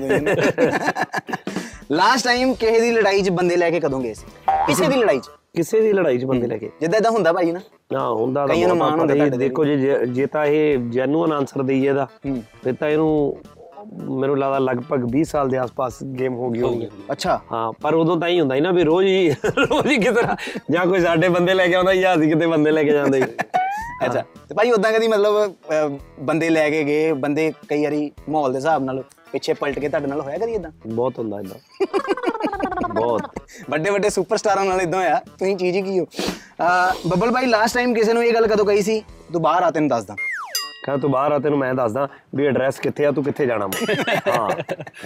S1: ਲਾਸਟ ਟਾਈਮ ਕਿਸੇ ਦੀ ਲੜਾਈ 'ਚ ਬੰਦੇ ਲੈ ਕੇ ਕਦੋਂ ਗਏ ਸੀ ਕਿਸੇ ਦੀ ਲੜਾਈ 'ਚ
S2: ਕਿਸੇ ਦੀ ਲੜਾਈ 'ਚ ਬੰਦੇ ਲੱਗੇ
S1: ਜਿੱਦਾਂ ਇਦਾਂ ਹੁੰਦਾ ਭਾਈ ਨਾ
S2: ਨਾ ਹੁੰਦਾ ਤਾਂ
S1: ਕਈਆਂ ਨੂੰ
S2: ਬਹੁਤ
S1: ਮਾਣ ਹੁੰਦਾ
S2: ਆਪਾਂ
S1: ਤੁਹਾਡੇ ਤੇ
S2: ਦੇਖੋ ਜੇ ਜੇ- ਜੇ ਤਾਂ ਇਹ ਜੈਨੂਅਨ ਆਨਸਰ ਦਈਏ ਦਾ ਫਿਰ ਤਾਂ ਇਹਨੂੰ ਮੈਨੂੰ ਲੱਗਦਾ ਲਗਭਗ 20 ਸਾਲ ਦੇ ਆਸ-ਪਾਸ ਗੇਮ ਹੋ ਗਈ ਹੋਣੀ
S1: ਅੱਛਾ
S2: ਹਾਂ ਪਰ ਉਦੋਂ ਤਾਂ ਹੀ ਹੁੰਦਾ ਸੀ ਨਾ ਵੀ ਰੋਜ਼ ਹੀ ਰੋਜ਼ ਹੀ ਕਿਸੇ ਨਾ ਜਾਂ ਕੋਈ ਸਾਡੇ ਬੰਦੇ ਲੈ ਕੇ ਆਉਂਦਾ ਜਾਂ ਅਸੀਂ ਕਿਤੇ ਬੰਦੇ ਲੈ ਕੇ ਜਾਂਦੇ ਸੀ।
S1: ਅੱਛਾ ਤੇ ਭਾਈ ਉਦਾਂ ਕਦੀ ਮਤਲਬ ਅਹ, ਬੰਦੇ ਲੈ ਕੇ ਗਏ ਬੰਦੇ ਕਈ ਵਾਰੀ ਮਾਹੌਲ ਦੇ ਹਿਸਾਬ ਨਾਲ ਪਿੱਛੇ ਪਲਟ ਕੇ ਤੁਹਾਡੇ ਨਾਲ ਹੋਇਆ ਕਦੀ ਇਦਾਂ
S2: ਬਹੁਤ ਹੁੰਦਾ ਇਦਾਂ ਬਹੁਤ
S1: ਵੱਡੇ ਵੱਡੇ ਸੁਪਰਸਟਾਰਾਂ ਨਾਲ ਇਦਾਂ ਹੋਇਆ ਤੁਸੀਂ ਚੀਜ਼ ਹੀ ਕੀ ਹੋ ਅਹ, ਬੱਬਲ ਭਾਈ ਲਾਸਟ ਟਾਈਮ ਕਿਸੇ ਨੂੰ ਇਹ ਗੱਲ ਕਦੋਂ ਕਹੀ ਸੀ ਤੂੰ ਬਾਹਰ ਆ ਤੈਨੂੰ ਦੱਸਦਾ
S2: ਕਹਿੰਦਾ ਤੂੰ ਬਾਹਰ ਆ ਤੈਨੂੰ ਮੈਂ ਦੱਸਦਾ ਵੀ ਐਡਰੈਸ ਕਿੱਥੇ ਆ ਤੂੰ ਕਿੱਥੇ ਜਾਣਾ ਮੈਂ ਹਾਂ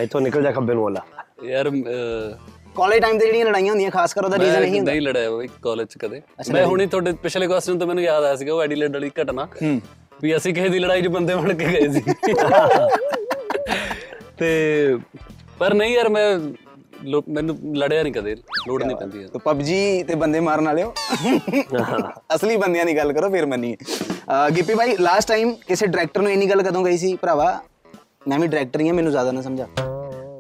S2: ਇੱਥੋਂ ਨਿਕਲ ਜਾ ਖੱਬੇ ਨੂੰ ਵਾਲਾ
S3: ਯਾਰ ਅਹ,
S4: ਕਾਲਜ ਟਾਈਮ ਤੇ ਜਿਹੜੀਆਂ ਲੜਾਈਆਂ ਹੁੰਦੀਆਂ ਖਾਸ ਕਰ ਉਹਦਾ ਰੀਜ਼ਨ ਇਹੀ
S3: ਮੈਂ
S4: ਹੁੰਦਾ
S3: ਨਹੀਂ ਲੜਾਇਆ ਬਾਈ ਕਾਲਜ ਚ ਕਦੇ ਮੈਂ ਹੁਣੇ ਤੁਹਾਡੇ ਪਿਛਲੇ ਕੁਐਸਚਨ ਤੋਂ ਮੈਨੂੰ ਯਾਦ ਆਇਆ ਸੀਗਾ ਉਹ ਐਡੀਲੇਡ ਵਾਲੀ ਘਟਨਾ ਵੀ ਅਸੀਂ ਕਿਸੇ ਦੀ ਲੜਾਈ 'ਚ ਬੰਦੇ ਬਣ ਕੇ ਗਏ ਸੀ ਤੇ ਪਰ ਨਹੀਂ ਯਾਰ ਮੈਂ ਲੋ- ਮੈਨੂੰ ਲੜਿਆ ਨਹੀਂ ਕਦੇ ਲੋੜ ਨਹੀਂ ਪੈਂਦੀ ਯਾਰ।
S1: ਤੋ ਪਬਜੀ ਤੇ ਬੰਦੇ
S4: [laughs]
S1: ਮਾਰਨ ਵਾਲਿਓ ਅਸਲੀ ਬੰਦਿਆਂ ਦੀ ਗੱਲ ਕਰੋ ਫਿਰ ਮੰਨੀ ਗਿੱਪੀ ਭਾਈ ਲਾਸਟ ਟਾਈਮ ਕਿਸੇ ਡਾਇਰੈਕਟਰ ਨੂੰ ਇੰਨੀ ਗੱਲ ਕਦੋਂ ਗਈ ਸੀ ਭਰਾਵਾ ਮੈਂ ਵੀ ਡਾਇਰੈਕਟਰ ਹੀ ਹਾਂ ਮੈਨੂੰ ਜ਼ਿਆਦਾ ਨਾ ਸਮਝਾ ਤਾਂ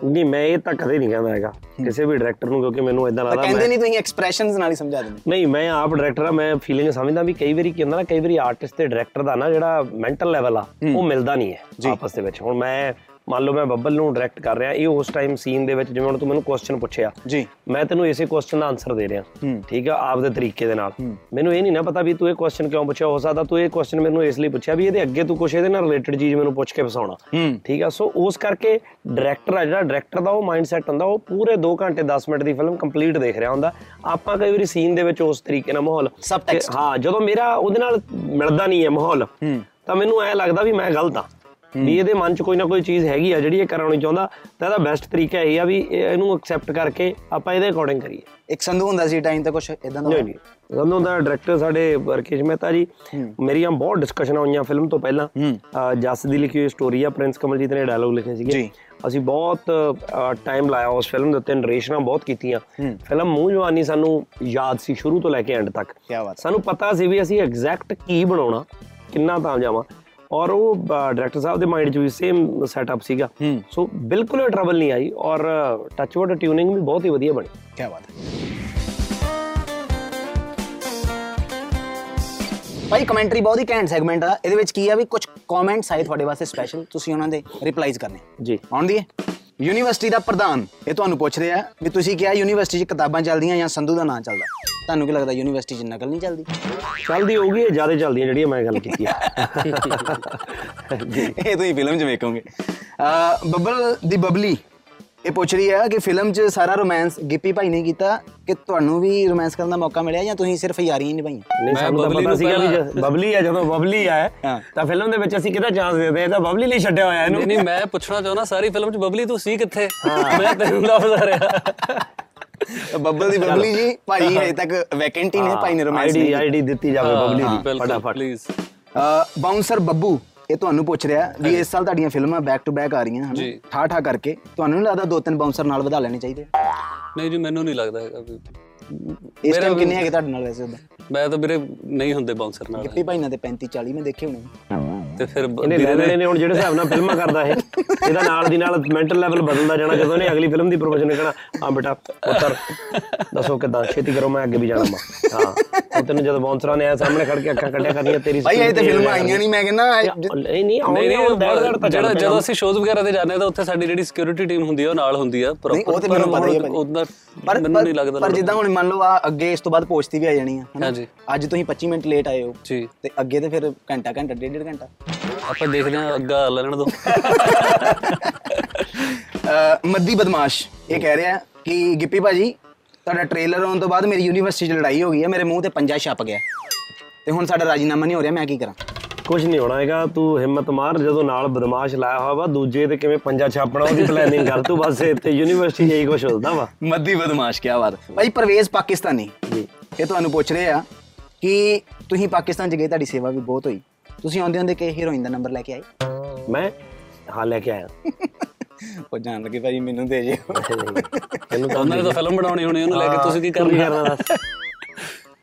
S2: ਨਹੀਂ ਮੈਂ ਇਹ ਤਾਂ ਕਦੇ ਨਹੀਂ ਕਹਿੰਦਾ ਹੈਗਾ ਕਿਸੇ ਵੀ ਡਾਇਰੈਕਟਰ ਨੂੰ ਕਿਉਂਕਿ ਮੈਨੂੰ ਇਦਾਂ ਲੱਗਦਾ
S1: ਕਹਿੰਦੇ
S2: ਮੈਂ-
S1: ਨਹੀਂ ਤੁਸੀਂ ਐਕਸਪ੍ਰੈਸ਼ਨਸ ਨਾਲ ਹੀ ਸਮਝਾ ਦਿੰਦੇ
S2: ਨਹੀਂ ਮੈਂ ਆਪ ਡਾਇਰੈਕਟਰ ਆ ਮੈਂ ਫੀਲਿੰਗ ਸਮਝਦਾ ਵੀ ਕਈ ਵਾਰੀ ਕੀ ਹੁੰਦਾ ਨਾ ਕਈ ਵਾਰੀ ਆਰਟਿਸਟ ਤੇ ਡਾਇਰੈਕਟਰ ਦਾ ਨਾ ਜਿਹੜਾ ਮੈਂਟਲ ਲੈਵਲ ਆ ਉਹ ਮਿਲਦਾ ਨਹੀਂ ਹੈ ਆਪਸ ਦੇ ਵਿੱਚ ਹੁਣ ਮੈਂ ਮੰਨ ਲਓ ਮੈਂ ਬੱਬਲ ਨੂੰ ਡਾਇਰੈਕਟ ਕਰ ਰਿਹਾ ਇਹ ਉਸ ਟਾਈਮ ਸੀਨ ਦੇ ਵਿੱਚ ਜਿਵੇਂ ਹੁਣ ਤੂੰ ਮੈਨੂੰ ਕੁਐਸਚਨ ਪੁੱਛਿਆ
S1: ਜੀ।
S2: ਮੈਂ ਤੈਨੂੰ ਇਸੇ ਕੁਐਸਚਨ ਦਾ ਆਨਸਰ ਦੇ ਰਿਹਾ ਠੀਕ ਆ ਆਪਦੇ ਤਰੀਕੇ ਦੇ ਨਾਲ ਮੈਨੂੰ ਇਹ ਨਹੀਂ ਨਾ ਪਤਾ ਵੀ ਤੂੰ ਇਹ ਕੁਐਸਚਨ ਕਿਉਂ ਪੁੱਛਿਆ ਹੋ ਸਕਦਾ ਤੂੰ ਇਹ ਕੁਐਸਚਨ ਮੈਨੂੰ ਇਸ ਲਈ ਪੁੱਛਿਆ ਵੀ ਇਹਦੇ ਅੱਗੇ ਤੂੰ ਕੁਝ ਇਹਦੇ ਨਾਲ ਰਿਲੇਟਡ ਚੀਜ਼ ਮੈਨੂੰ ਪੁੱਛ ਕੇ ਫਸਾਉਣਾ ਠੀਕ ਆ ਸੋ ਉਸ ਕਰਕੇ ਡਾਇਰੈਕਟਰ ਆ ਜਿਹੜਾ ਡਾਇਰੈਕਟਰ ਦਾ ਉਹ ਮਾਈਂਡਸੈਟ ਹੁੰਦਾ ਉਹ ਪੂਰੇ 2 ਘੰਟੇ 10 ਮਿੰਟ ਦੀ ਫਿਲਮ ਕੰਪਲੀਟ ਦੇਖ ਰਿਹਾ ਹੁੰਦਾ ਆਪਾਂ ਕਈ ਵਾਰੀ ਸੀਨ ਦੇ ਵਿੱਚ ਉਸ ਤਰੀਕੇ ਨਾਲ ਮਾਹੌਲ
S4: Subtext.
S2: ਕਿ ਹਾਂ ਜਦੋਂ ਮੇਰਾ ਉਹਦੇ ਨਾਲ ਮਿਲਦਾ ਨਹੀਂ ਹੈ ਮਾਹੌਲ ਤਾਂ ਮੈਨੂੰ ਐ ਲੱਗਦਾ ਵੀ ਮੈਂ ਗਲਤ ਆ ਵੀ ਇਹਦੇ ਮਨ 'ਚ ਕੋਈ ਨਾ ਕੋਈ ਚੀਜ਼ ਹੈਗੀ ਆ ਜਿਹੜੀ ਇਹ ਕਰਾਉਣੀ ਚਾਹੁੰਦਾ ਤਾਂ ਇਹਦਾ ਬੈਸਟ ਤਰੀਕਾ ਇਹ ਆ ਵੀ ਇਹ- ਇਹਨੂੰ ਐਕਸੈਪਟ ਕਰਕੇ ਆਪਾਂ ਇਹਦੇ ਅਕੋਰਡਿੰਗ ਕਰੀਏ
S1: ਇੱਕ ਸੰਧੂ ਹੁੰਦਾ ਸੀ ਟਾਈਮ ਤੇ ਕੁਝ ਇਦਾਂ ਦਾ
S2: ਨਹੀਂ ਨਹੀਂ ਉਹਨਾਂ ਦਾ ਡਾਇਰੈਕਟਰ ਸਾਡੇ ਰਕੇਸ਼ ਮਹਿਤਾ ਜੀ ਮੇਰੀਆਂ ਬਹੁਤ ਡਿਸਕਸ਼ਨਾਂ ਹੋਈਆਂ ਫਿਲਮ ਤੋਂ ਪਹਿਲਾਂ ਅਹ ਜੱਸ ਦੀ ਲਿਖੀ ਹੋਈ ਸਟੋਰੀ ਆ ਪ੍ਰਿੰਸ ਕਮਲਜੀਤ ਨੇ ਡਾਇਲੌਗ ਲਿਖੇ ਸੀਗੇ ਅਸੀਂ ਬਹੁਤ ਟਾਈਮ ਲਾਇਆ ਉਸ ਫਿਲਮ ਦੇ ਉੱਤੇ ਨਰੇਸ਼ਨਾਂ ਬਹੁਤ ਕੀਤੀਆਂ ਫਿਲਮ ਮੂੰਹ ਜਵਾਨੀ ਸਾਨੂੰ ਯਾਦ ਸੀ ਸ਼ੁਰੂ ਤੋਂ ਲੈ ਕੇ ਐਂਡ ਤੱਕ
S1: ਕਿਆ ਬਾਤ
S2: ਸਾਨੂੰ ਪਤਾ ਸੀ ਵੀ ਅਸੀਂ ਐਗਜ਼ੈਕਟ ਕੀ ਬਣਾਉਣਾ ਕਿੰਨਾ ਤਾਂ ਜਾਵਾਂ ਔਰ ਉਹ ਡਾਇਰੈਕਟਰ ਸਾਹਿਬ ਦੇ ਮਾਈਂਡ 'ਚ ਵੀ ਸੇਮ ਸੈਟਅਪ ਸੀਗਾ ਸੋ ਬਿਲਕੁਲ ਟਰਬਲ ਨਹੀਂ ਆਈ ਔਰ ਟੱਚਵੁੱਡ ਟਿਊਨਿੰਗ ਵੀ ਬਹੁਤ ਹੀ ਵਧੀਆ ਬਣੀ
S1: ਕੀ ਬਾਤ ਹੈ
S4: ਭਾਈ ਕਮੈਂਟਰੀ ਬਹੁਤ ਹੀ ਘੈਂਟ ਸੈਗਮੈਂਟ ਆ ਇਹਦੇ ਵਿੱਚ ਕੀ ਆ ਵੀ ਕੁਝ ਕਮੈਂਟਸ ਆਏ ਤੁਹਾਡੇ ਵਾਸਤੇ ਸਪੈਸ਼ਲ ਤੁਸੀਂ ਉਹਨਾਂ ਦੇ ਰਿਪਲਾਈਜ਼ ਕਰਨੇ
S2: ਜੀ
S1: ਆਉਣ ਦੀ ਯੂਨੀਵਰਸਿਟੀ ਦਾ ਪ੍ਰਧਾਨ ਇਹ ਤੁਹਾਨੂੰ ਪੁੱਛ ਰਿਹਾ ਵੀ ਤੁਸੀਂ ਕਿਹਾ ਯੂਨੀਵਰਸਿਟੀ 'ਚ ਕਿਤਾਬਾਂ ਚੱਲਦੀਆਂ ਜਾਂ ਸੰਧੂ ਦਾ ਨਾਂ ਚੱਲਦਾ ਤੁਹਾਨੂੰ ਕੀ ਲੱਗਦਾ ਯੂਨੀਵਰਸਿਟੀ 'ਚ ਨਕਲ ਨਹੀਂ ਚੱਲਦੀ
S2: ਚੱਲਦੀ ਹੋਊਗੀ ਇਹ ਜ਼ਿਆਦਾ ਚੱਲਦੀਆਂ ਜਿਹੜੀਆਂ ਮੈਂ ਗੱਲ ਕੀਤੀ ਆ
S1: ਇਹ ਤੁਸੀਂ ਫਿਲਮ 'ਚ ਵੇਖੋਗੇ ਅਹ ਬੱਬਲ ਦੀ ਬਬਲੀ ਇਹ ਪੁੱਛ ਰਹੀ ਹੈ ਕਿ ਫਿਲਮ 'ਚ ਸਾਰਾ ਰੋਮਾਂਸ ਗਿੱਪੀ ਭਾਈ ਨੇ ਕੀਤਾ ਕਿ ਤੁਹਾਨੂੰ ਵੀ ਰੋਮਾਂਸ ਕਰਨ ਦਾ ਮੌਕਾ ਮਿਲਿਆ ਜਾਂ ਤੁਸੀਂ ਸਿਰਫ ਯਾਰੀਆਂ ਹੀ ਨਿਭਾਈਆਂ
S2: ਨਹੀਂ
S3: ਮੈਂ
S2: ਸਾਨੂੰ ਤਾਂ
S3: ਬਬਲੀ
S2: ਪਤਾ
S3: ਨੂੰ
S2: ਸੀਗਾ ਵੀ
S3: ਪਹਿਲਾਂ-
S2: ਜਦ- ਬਬਲੀ ਆ ਜਦੋਂ ਬਬਲੀ ਆ ਤਾਂ ਫਿਲਮ ਦੇ ਵਿੱਚ ਅਸੀਂ ਕਿਹਦਾ ਚਾਂਸ ਦੇਦੇ ਇਹ ਤਾਂ ਬਬਲੀ ਲਈ ਛੱਡਿਆ ਹੋਇਆ ਇਹਨੂੰ
S3: ਨਹੀਂ ਨਹੀਂ ਮੈਂ ਪੁੱਛਣਾ ਚਾਹੁੰਦਾ ਸਾਰੀ ਫਿਲਮ 'ਚ ਬਬਲੀ ਤੂੰ ਸੀ ਕਿੱਥੇ ਮੈਂ ਤੈਨੂੰ ਲੱਭਦਾ ਰਿਹਾ
S1: ਬੱਬਲ ਦੀ ਬਬਲੀ ਜੀ ਭਾਈ ਹਜੇ ਤੱਕ ਵੈਕੈਂਟ ਹੀ ਨੇ ਭਾਈ ਨੇ ਰੋਮਾਂਸ
S2: ਆਈਡੀ ਆਈਡੀ ਦਿੱਤੀ ਜਾਵੇ ਬਬਲੀ ਦੀ
S3: ਬਿਲਕੁਲ
S2: ਫਟਾਫਟ
S3: ਪਲੀਜ਼
S1: ਬਾਉਂਸਰ ਬੱਬੂ ਇਹ ਤੁਹਾਨੂੰ ਪੁੱਛ ਰਿਹਾ ਵੀ ਇਸ ਸਾਲ ਤੁਹਾਡੀਆਂ ਫਿਲਮਾਂ ਬੈਕ ਟੂ ਬੈਕ ਆ ਰਹੀਆਂ ਹਨ
S3: ਜੀ।
S1: ਠਾ ਠਾ ਕਰਕੇ ਤੁਹਾਨੂੰ ਨਹੀਂ ਲੱਗਦਾ ਦੋ ਤਿੰਨ ਬਾਉਂਸਰ ਨਾਲ ਵਧਾ ਲੈਣੇ ਚਾਹੀਦੇ ਆ?
S3: ਨਹੀਂ ਜੀ ਮੈਨੂੰ ਨਹੀਂ ਲੱਗਦਾ ਹੈਗਾ ਵੀ
S1: ਇਸ
S3: ਮੇਰਾ
S1: ਟਾਈਮ
S3: ਵੀ-
S1: ਕਿੰਨੇ ਹੈਗੇ ਤੁਹਾਡੇ ਨਾਲ ਵੈਸੇ ਉਦਾਂ
S3: ਮੈਂ ਤਾਂ ਵੀਰੇ ਨਹੀਂ ਹੁੰਦੇ ਬਾਉਂਸਰ ਨਾਲ
S1: ਗਿੱਪੀ ਭਾਈ ਨਾਲ ਤੇ 35 40 ਮੈਂ ਦੇਖੇ ਹੋਣੇ
S3: ਤੇ ਫਿਰ ਬ-
S2: ਇਹਨੇ
S3: ਵੀਰੇ
S2: ਲੈਣੇ ਨੇ ਹੁਣ ਜਿਹੜੇ ਹਿਸਾਬ ਨਾਲ ਫਿਲਮਾਂ ਕਰਦਾ ਇਹ ਇਹਦਾ ਨਾਲ ਦੀ ਨਾਲ ਮੈਂਟਲ ਲੈਵਲ ਬਦਲਦਾ ਜਾਣਾ ਜਦੋਂ ਇਹਨੇ ਅਗਲੀ ਫਿਲਮ ਦੀ ਪ੍ਰੋਮੋਸ਼ਨ ਨਿਕਲਣਾ ਆ ਬੇਟਾ ਪੁੱਤਰ ਦੱਸੋ ਕਿਦਾਂ ਛੇਤੀ ਕਰੋ ਮੈਂ ਅੱਗੇ ਵੀ ਜਾਣਾ ਵਾ ਹਾਂ ਉਹ ਤੈਨੂੰ ਜਦੋਂ ਬਾਉਂਸਰਾਂ ਨੇ ਆ ਸਾਹਮਣੇ ਖੜ ਕੇ ਅੱਖਾਂ ਕੱਢਿਆ ਕਰਨੀਆਂ ਤੇਰੀ
S1: ਭਾਈ ਇਹ
S2: screen
S1: ਤੇ
S2: ਤੇ
S1: ਫਿਲਮਾਂ ਆਈਆਂ ਨਹੀਂ ਮੈਂ ਕਹਿੰਦਾ ਇਹ-
S2: ਨਹੀਂ ਨਹੀਂ
S3: ਨਹੀਂ
S2: ਆਉਂਦੇ
S3: ਨਹੀਂ
S2: ਹੁਣ ਡੈਡ ਡੈਡ
S3: ਉਹ
S2: ਤਾਂ
S3: ਜਿਹੜਾ
S2: ਚੱਲ
S3: ਜਦੋਂ ਅਸੀਂ ਸ਼ੋਜ਼ ਵਗੈਰਾ ਤੇ ਜਾਂਦੇ ਆ ਤਾਂ ਉੱਥੇ ਸਾਡੀ ਜਿਹੜੀ ਸਿਕਿਉਰਿਟੀ ਟੀਮ ਹੁੰਦੀ ਆ ਉਹ ਨਾਲ ਹੁੰਦੀ ਆ proper,
S1: ਨਹੀਂ ਉਹ ਤੇ
S3: ਪਰ
S1: ਮੈਨੂੰ ਪਤਾ ਹੀ ਹੈ ਭਾਈ।
S3: ਉਹਦਾ
S1: ਪਰ
S3: ਮੈਨੂੰ ਨਹੀਂ
S1: ਪਰ
S3: ਲੱਗਦਾ ਲੱਗਦਾ।
S1: ਜਿੱਦਾਂ ਹੁਣ ਮੰਨ ਲਓ ਆ ਅੱਗੇ ਇਸ ਤੋਂ ਬਾਅਦ ਪੋਸਤੀ ਵੀ ਆ ਜਾਣੀ ਆ ਹਨਾ?
S3: ਹਾਂਜੀ।
S1: ਅੱਜ ਤੁਸੀਂ 25 ਮਿੰਟ ਲੇਟ ਆਏ ਹੋ
S3: ਜੀ
S1: ਤੇ ਅੱਗੇ ਤੇ ਫਿਰ ਘੰਟਾ ਘੰਟਾ ਡੇਢ ਡੇਢ ਘੰਟਾ
S3: ਆਪਾਂ ਦੇਖਦੇ ਆ ਅੱਗਾ ਲੈਣ ਦੋ
S1: ਅਹ, ਮੱਦੀ ਬਦਮਾਸ਼ ਇਹ ਕਹਿ ਰਿਹਾ ਕਿ ਗਿੱਪੀ ਭਾਜੀ ਤੁਹਾਡਾ ਟ੍ਰੇਲਰ ਆਉਣ ਤੋਂ ਬਾਅਦ ਮੇਰੀ ਯੂਨੀਵਰਸਿਟੀ 'ਚ ਲੜਾਈ ਹੋ ਗਈ ਹੈ ਮੇਰੇ ਮੂੰਹ ਤੇ ਪੰਜਾ ਛਪ ਗਿਆ ਤੇ ਹੁਣ ਸਾਡਾ ਰਾਜੀਨਾਮਾ ਨਹੀਂ ਹੋ ਰਿਹਾ ਮੈਂ ਕੀ ਕਰਾਂ
S2: ਕੁਝ ਨਹੀਂ ਹੋਣਾ ਹੈਗਾ ਤੂੰ ਹਿੰਮਤ ਮਾਰ ਜਦੋਂ ਨਾਲ ਬਦਮਾਸ਼ ਲਾਇਆ ਹੋਇਆ ਵਾ ਦੂਜੇ ਤੇ ਕਿਵੇਂ ਪੰਜਾ ਛਾਪਣਾ ਉਹਦੀ ਪਲੈਨਿੰਗ ਕਰ ਤੂੰ ਬਸ ਇੱਥੇ ਯੂਨੀਵਰਸਿਟੀ ਇਹੀ ਕੁਝ ਹੁੰਦਾ ਵਾ
S1: ਮੱਦੀ ਬਦਮਾਸ਼ ਕੀ ਬਾਤ ਭਾਈ ਪਰਵੇਜ਼ ਪਾਕਿਸਤਾਨੀ
S2: ਜੀ।
S1: ਇਹ ਤੁਹਾਨੂੰ ਪੁੱਛ ਰਹੇ ਆ ਕਿ ਤੁਸੀਂ ਪਾਕਿਸਤਾਨ 'ਚ ਗਏ ਤੁਹਾਡੀ ਸੇਵਾ ਵੀ ਬਹੁਤ ਹੋਈ ਤੁਸੀਂ ਆਉਂਦੇ ਆਉਂਦੇ ਕਿ ਹੀਰੋਇਨ ਦਾ ਨੰਬਰ ਲੈ ਕੇ ਆਏ
S2: ਮੈਂ ਹਾਂ ਲੈ ਕੇ ਆਇਆ
S1: ਉਹ ਜਾਣ ਲੱਗੇ ਭਾਜੀ ਮੈਨੂੰ ਦੇ [laughs] ਜੇ
S2: ਤੈਨੂੰ
S3: ਉਹਨਾਂ ਨੇ ਤਾਂ ਫਿਲਮ ਬਣਾਉਣੀ ਹੋਣੀ ਉਹਨੂੰ ਲੈ ਕੇ [laughs] ਤੁਸੀਂ ਕੀ ਕਰਨਾ
S2: ਕਰਨਾ ਦੱਸ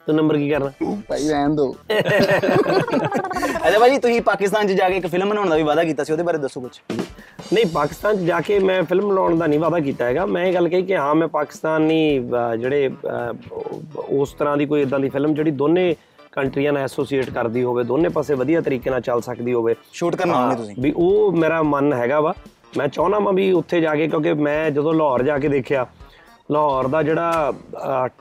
S2: ਤੂੰ ਨੰਬਰ ਕੀ ਕਰਨਾ
S1: ਭਾਈ ਰਹਿਣ ਦੋ [laughs] ਅੱਛਾ ਭਾਜੀ ਤੁਸੀਂ ਪਾਕਿਸਤਾਨ 'ਚ ਜਾ ਕੇ ਇੱਕ ਫਿਲਮ ਬਣਾਉਣ ਦਾ ਵੀ ਵਾਅਦਾ ਕੀਤਾ ਸੀ ਉਹਦੇ ਬਾਰੇ ਦੱਸੋ ਕੁਝ
S2: ਨਹੀਂ ਪਾਕਿਸਤਾਨ 'ਚ ਜਾ ਕੇ ਮੈਂ ਫਿਲਮ ਬਣਾਉਣ ਦਾ ਨਹੀਂ ਵਾਅਦਾ ਕੀਤਾ ਹੈਗਾ ਮੈਂ ਇਹ ਗੱਲ ਕਹੀ ਕਿ ਹਾਂ ਮੈਂ ਪਾਕਿਸਤਾਨੀ ਅਹ, ਜਿਹੜੇ ਅਹ, ਉਹ- ਉਸ ਤਰ੍ਹਾਂ ਦੀ ਕੋਈ ਇਦਾਂ ਦੀ ਫਿਲਮ ਜਿਹੜੀ ਦੋਨੇ ਕੰਟਰੀਆਂ ਨਾਲ ਐਸੋਸੀਏਟ ਕਰਦੀ ਹੋਵੇ ਦੋਨੇ ਪਾਸੇ ਵਧੀਆ ਤਰੀਕੇ ਨਾਲ ਚੱਲ ਸਕਦੀ ਹੋਵੇ
S1: ਸ਼ੂਟ ਕਰਨਾ
S2: ਹਾਂ,
S1: ਆਉਂਦੇ ਤੁਸੀਂ
S2: ਵੀ ਉਹ ਮੇਰਾ ਮਨ ਹੈਗਾ ਵਾ ਮੈਂ ਚਾਹਣਾ ਮੈਂ ਵੀ ਉੱਥੇ ਜਾ ਕੇ ਕਿਉਂਕਿ ਮੈਂ ਜਦੋਂ ਲਾਹੌਰ ਜਾ ਕੇ ਦੇਖਿਆ ਲਾਹੌਰ ਦਾ ਜਿਹੜਾ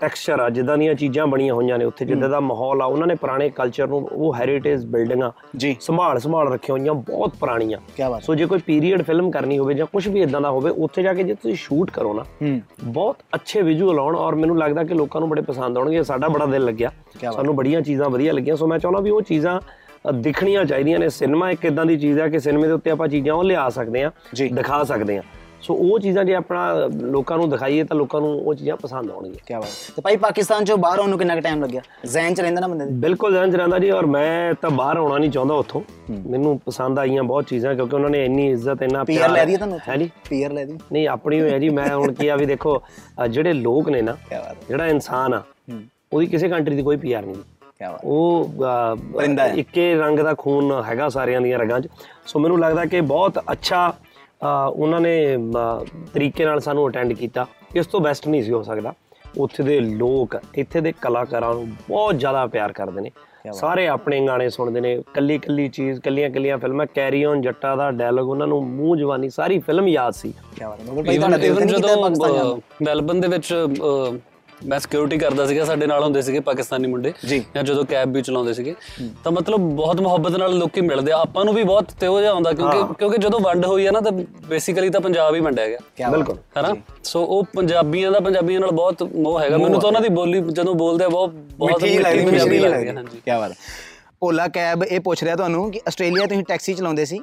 S2: ਟੈਕਸਚਰ ਆ ਜਿੱਦਾਂ ਦੀਆਂ ਚੀਜ਼ਾਂ ਬਣੀਆਂ ਹੋਈਆਂ ਨੇ ਉੱਥੇ ਜਿੱਦਾਂ ਦਾ ਮਾਹੌਲ ਆ ਉਹਨਾਂ ਨੇ ਪੁਰਾਣੇ ਕਲਚਰ ਨੂੰ ਉਹ ਹੈਰੀਟੇਜ ਬਿਲਡਿੰਗਾਂ
S1: ਜੀ।
S2: ਸੰਭਾਲ ਸੰਭਾਲ ਰੱਖੀਆਂ ਹੋਈਆਂ ਬਹੁਤ ਪੁਰਾਣੀਆਂ
S1: ਕਿਆ ਬਾਤ।
S2: ਸੋ ਜੇ ਕੋਈ ਪੀਰੀਅਡ ਫਿਲਮ ਕਰਨੀ ਹੋਵੇ ਜਾਂ ਕੁਝ ਵੀ ਇਦਾਂ ਦਾ ਹੋਵੇ ਉੱਥੇ ਜਾ ਕੇ ਜੇ ਤੁਸੀਂ ਸ਼ੂਟ ਕਰੋ ਨਾ
S1: Mm.
S2: ਬਹੁਤ ਅੱਛੇ ਵਿਜ਼ੂਅਲ ਆਉਣ ਔਰ ਮੈਨੂੰ ਲੱਗਦਾ ਕਿ ਲੋਕਾਂ ਨੂੰ ਬੜੇ ਪਸੰਦ ਆਉਣਗੇ ਸਾਡਾ ਬੜਾ ਦਿਲ ਲੱਗਿਆ
S1: ਕਿਆ ਬਾਤ।
S2: ਸਾਨੂੰ ਬੜੀਆਂ ਚੀਜ਼ਾਂ ਵਧੀਆ ਲੱਗੀਆਂ ਸੋ ਮੈਂ ਚਾਹੁੰਦਾ ਵੀ ਉਹ ਚੀਜ਼ਾਂ ਅ, ਦਿਖਣੀਆਂ ਚਾਹੀਦੀਆਂ ਨੇ ਸਿਨੇਮਾ ਇੱਕ ਇਦਾਂ ਦੀ ਚੀਜ਼ ਆ ਕਿ ਸਿਨੇਮੇ ਦੇ ਉੱਤੇ ਆਪਾਂ ਚੀਜ਼ਾਂ ਉਹ ਲਿਆ ਸਕਦੇ ਆ
S1: ਜੀ।
S2: ਦਿਖਾ ਸਕਦੇ ਆ ਸੋ ਉਹ ਚੀਜ਼ਾਂ ਜੇ ਆਪਣਾ ਲੋਕਾਂ ਨੂੰ ਦਿਖਾਈਏ ਤਾਂ ਲੋਕਾਂ ਨੂੰ ਉਹ ਚੀਜ਼ਾਂ ਪਸੰਦ ਆਉਣਗੀਆਂ
S1: ਕੀ ਬਾਤ ਹੈ। ਤੇ ਭਾਈ ਪਾਕਿਸਤਾਨ ਚੋਂ ਬਾਹਰ ਆਉਣ ਨੂੰ ਕਿੰਨਾ ਕੁ ਟਾਈਮ ਲੱਗਿਆ ਜ਼ਹਿਨ ਚ ਰਹਿੰਦਾ ਨਾ ਬੰਦੇ ਦੇ
S2: ਬਿਲਕੁਲ ਜਾਣ ਚਰਾਂਦਾ ਜੀ ਔਰ ਮੈਂ ਤਾਂ ਬਾਹਰ ਆਉਣਾ ਨਹੀਂ ਚਾਹੁੰਦਾ ਉੱਥੋਂ ਮੈਨੂੰ ਪਸੰਦ ਆਈਆਂ ਬਹੁਤ ਚੀਜ਼ਾਂ ਕਿਉਂਕਿ ਉਹਨਾਂ ਨੇ ਇੰਨੀ ਇੱਜ਼ਤ ਇੰਨਾ
S1: ਪੀਅਰ ਲੈ ਦੀ ਤੁਹਾਨੂੰ
S2: ਹੈ ਜੀ
S1: ਪੀਅਰ ਲੈ ਦੀ
S2: ਨਹੀਂ ਆਪਣੀ ਹੋਇਆ ਜੀ ਮੈਂ ਹੁਣ ਕੀ ਆ ਵੀ ਦੇਖੋ ਅਹ ਜਿਹੜੇ ਲੋਕ ਨੇ ਨਾ
S1: ਕੀ ਬਾਤ
S2: ਜਿਹੜਾ ਇਨਸਾਨ ਆ ਉਹਦੀ ਕਿਸੇ ਕੰਟਰੀ ਦੀ ਕੋਈ ਪੀਆਰ ਨਹੀਂ
S1: ਕੀ ਬਾਤ
S2: ਉਹ ਅਹ,
S1: ਪਰਿੰਦਾ ਹੈ।
S2: ਇੱਕੇ ਰੰਗ ਦਾ ਖੂਨ ਹੈਗਾ ਸਾਰਿਆਂ ਦੀਆਂ ਰਗਾਂ 'ਚ ਸੋ ਮੈਨੂੰ ਲੱਗਦਾ ਕਿ ਬਹੁਤ ਅੱਛਾ ਅਹ, ਉਹਨਾਂ ਨੇ ਅਹ, ਤਰੀਕੇ ਨਾਲ ਸਾਨੂੰ ਅਟੈਂਡ ਕੀਤਾ ਇਸ ਤੋਂ ਬੈਸਟ ਨਹੀਂ ਸੀ ਹੋ ਸਕਦਾ ਉੱਥੇ ਦੇ ਲੋਕ ਇੱਥੇ ਦੇ ਕਲਾਕਾਰਾਂ ਨੂੰ ਬਹੁਤ ਜ਼ਿਆਦਾ ਪਿਆਰ ਕਰਦੇ ਨੇ ਸਾਰੇ ਆਪਣੇ ਗਾਣੇ ਸੁਣਦੇ ਨੇ ਕੱਲੀ ਕੱਲੀ ਚੀਜ਼ ਕੱਲੀਆਂ ਕੱਲੀਆਂ ਫਿਲਮਾਂ ਕੈਰੀ ਔਨ ਜੱਟਾ ਦਾ ਡਾਇਲੋਗ ਉਹਨਾਂ ਨੂੰ ਮੂੰਹ ਜਵਾਨੀ ਸਾਰੀ ਫਿਲਮ ਯਾਦ ਸੀ
S1: ਕੀ ਬਾਤ ਹੈ। ਬਿਲਕੁਲ ਭਾਈ
S3: ਇਵਨ
S1: ਤੁਹਾਡਾ ਦਿਲ ਤਾਂ ਨਹੀਂ ਕੀਤਾ ਪਾਕਿਸਤਾਨ ਜਾਣ
S3: ਜਦੋਂ
S1: ਨੂੰ?
S3: ਮੈਲਬਨ ਦੇ ਵਿੱਚ ਅਹ, ਮੈਂ ਸਿਕਿਉਰਿਟੀ ਕਰਦਾ ਸੀਗਾ ਸਾਡੇ ਨਾਲ ਹੁੰਦੇ ਸੀਗੇ ਪਾਕਿਸਤਾਨੀ ਮੁੰਡੇ
S1: ਜੀ।
S3: ਜਾਂ ਜਦੋਂ ਕੈਬ ਵੀ ਚਲਾਉਂਦੇ ਸੀਗੇ ਤਾਂ ਮਤਲਬ ਬਹੁਤ ਮੁਹੱਬਤ ਨਾਲ ਲੋਕੀ ਮਿਲਦੇ ਆ ਆਪਾਂ ਨੂੰ ਵੀ ਬਹੁਤ ਤਿਉ ਜਿਹਾ ਆਉਂਦਾ ਕਿਉਂਕਿ ਕਿਉਂਕਿ ਜਦੋਂ ਵੰਡ ਹੋਈ ਆ ਨਾ ਤਾਂ ਬੇਸਿਕਲੀ ਤਾਂ ਪੰਜਾਬ ਹੀ ਵੰਡਿਆ ਗਿਆ
S1: ਕਿਆ ਬਾਤ
S2: ਬਿਲਕੁਲ
S3: ਹਨਾ ਸੋ ਉਹ ਪੰਜਾਬੀਆਂ ਦਾ ਪੰਜਾਬੀਆਂ ਨਾਲ ਬਹੁਤ ਮੋਹ ਹੈਗਾ ਮੈਨੂੰ ਤਾਂ ਉਹਨਾਂ ਦੀ ਬੋਲੀ ਜਦੋਂ ਬੋਲਦੇ ਆ ਬਹੁਤ ਬਹੁਤ
S1: ਮਿੱਠੀ ਲੱਗਦੀ
S3: ਮਿੱਠੀ
S1: ਮਿੱਠੀ
S3: ਪੰਜਾਬੀ
S1: ਲੱਗਦੀ
S3: ਲੱਗਦੀ
S1: ਹੈ
S3: ਹੈ
S1: ਹਾਂਜੀ
S3: ਹਾਂਜੀ
S1: ਕੀ ਬਾਤ ਹੈ। ਭੋਲਾ ਕੈਬ ਇਹ ਪੁੱਛ ਰਿਹਾ ਤੁਹਾਨੂੰ ਕਿ ਆਸਟ੍ਰੇਲੀਆ ਤੁਸੀਂ ਟੈਕਸੀ ਚਲਾਉਂਦੇ ਸੀ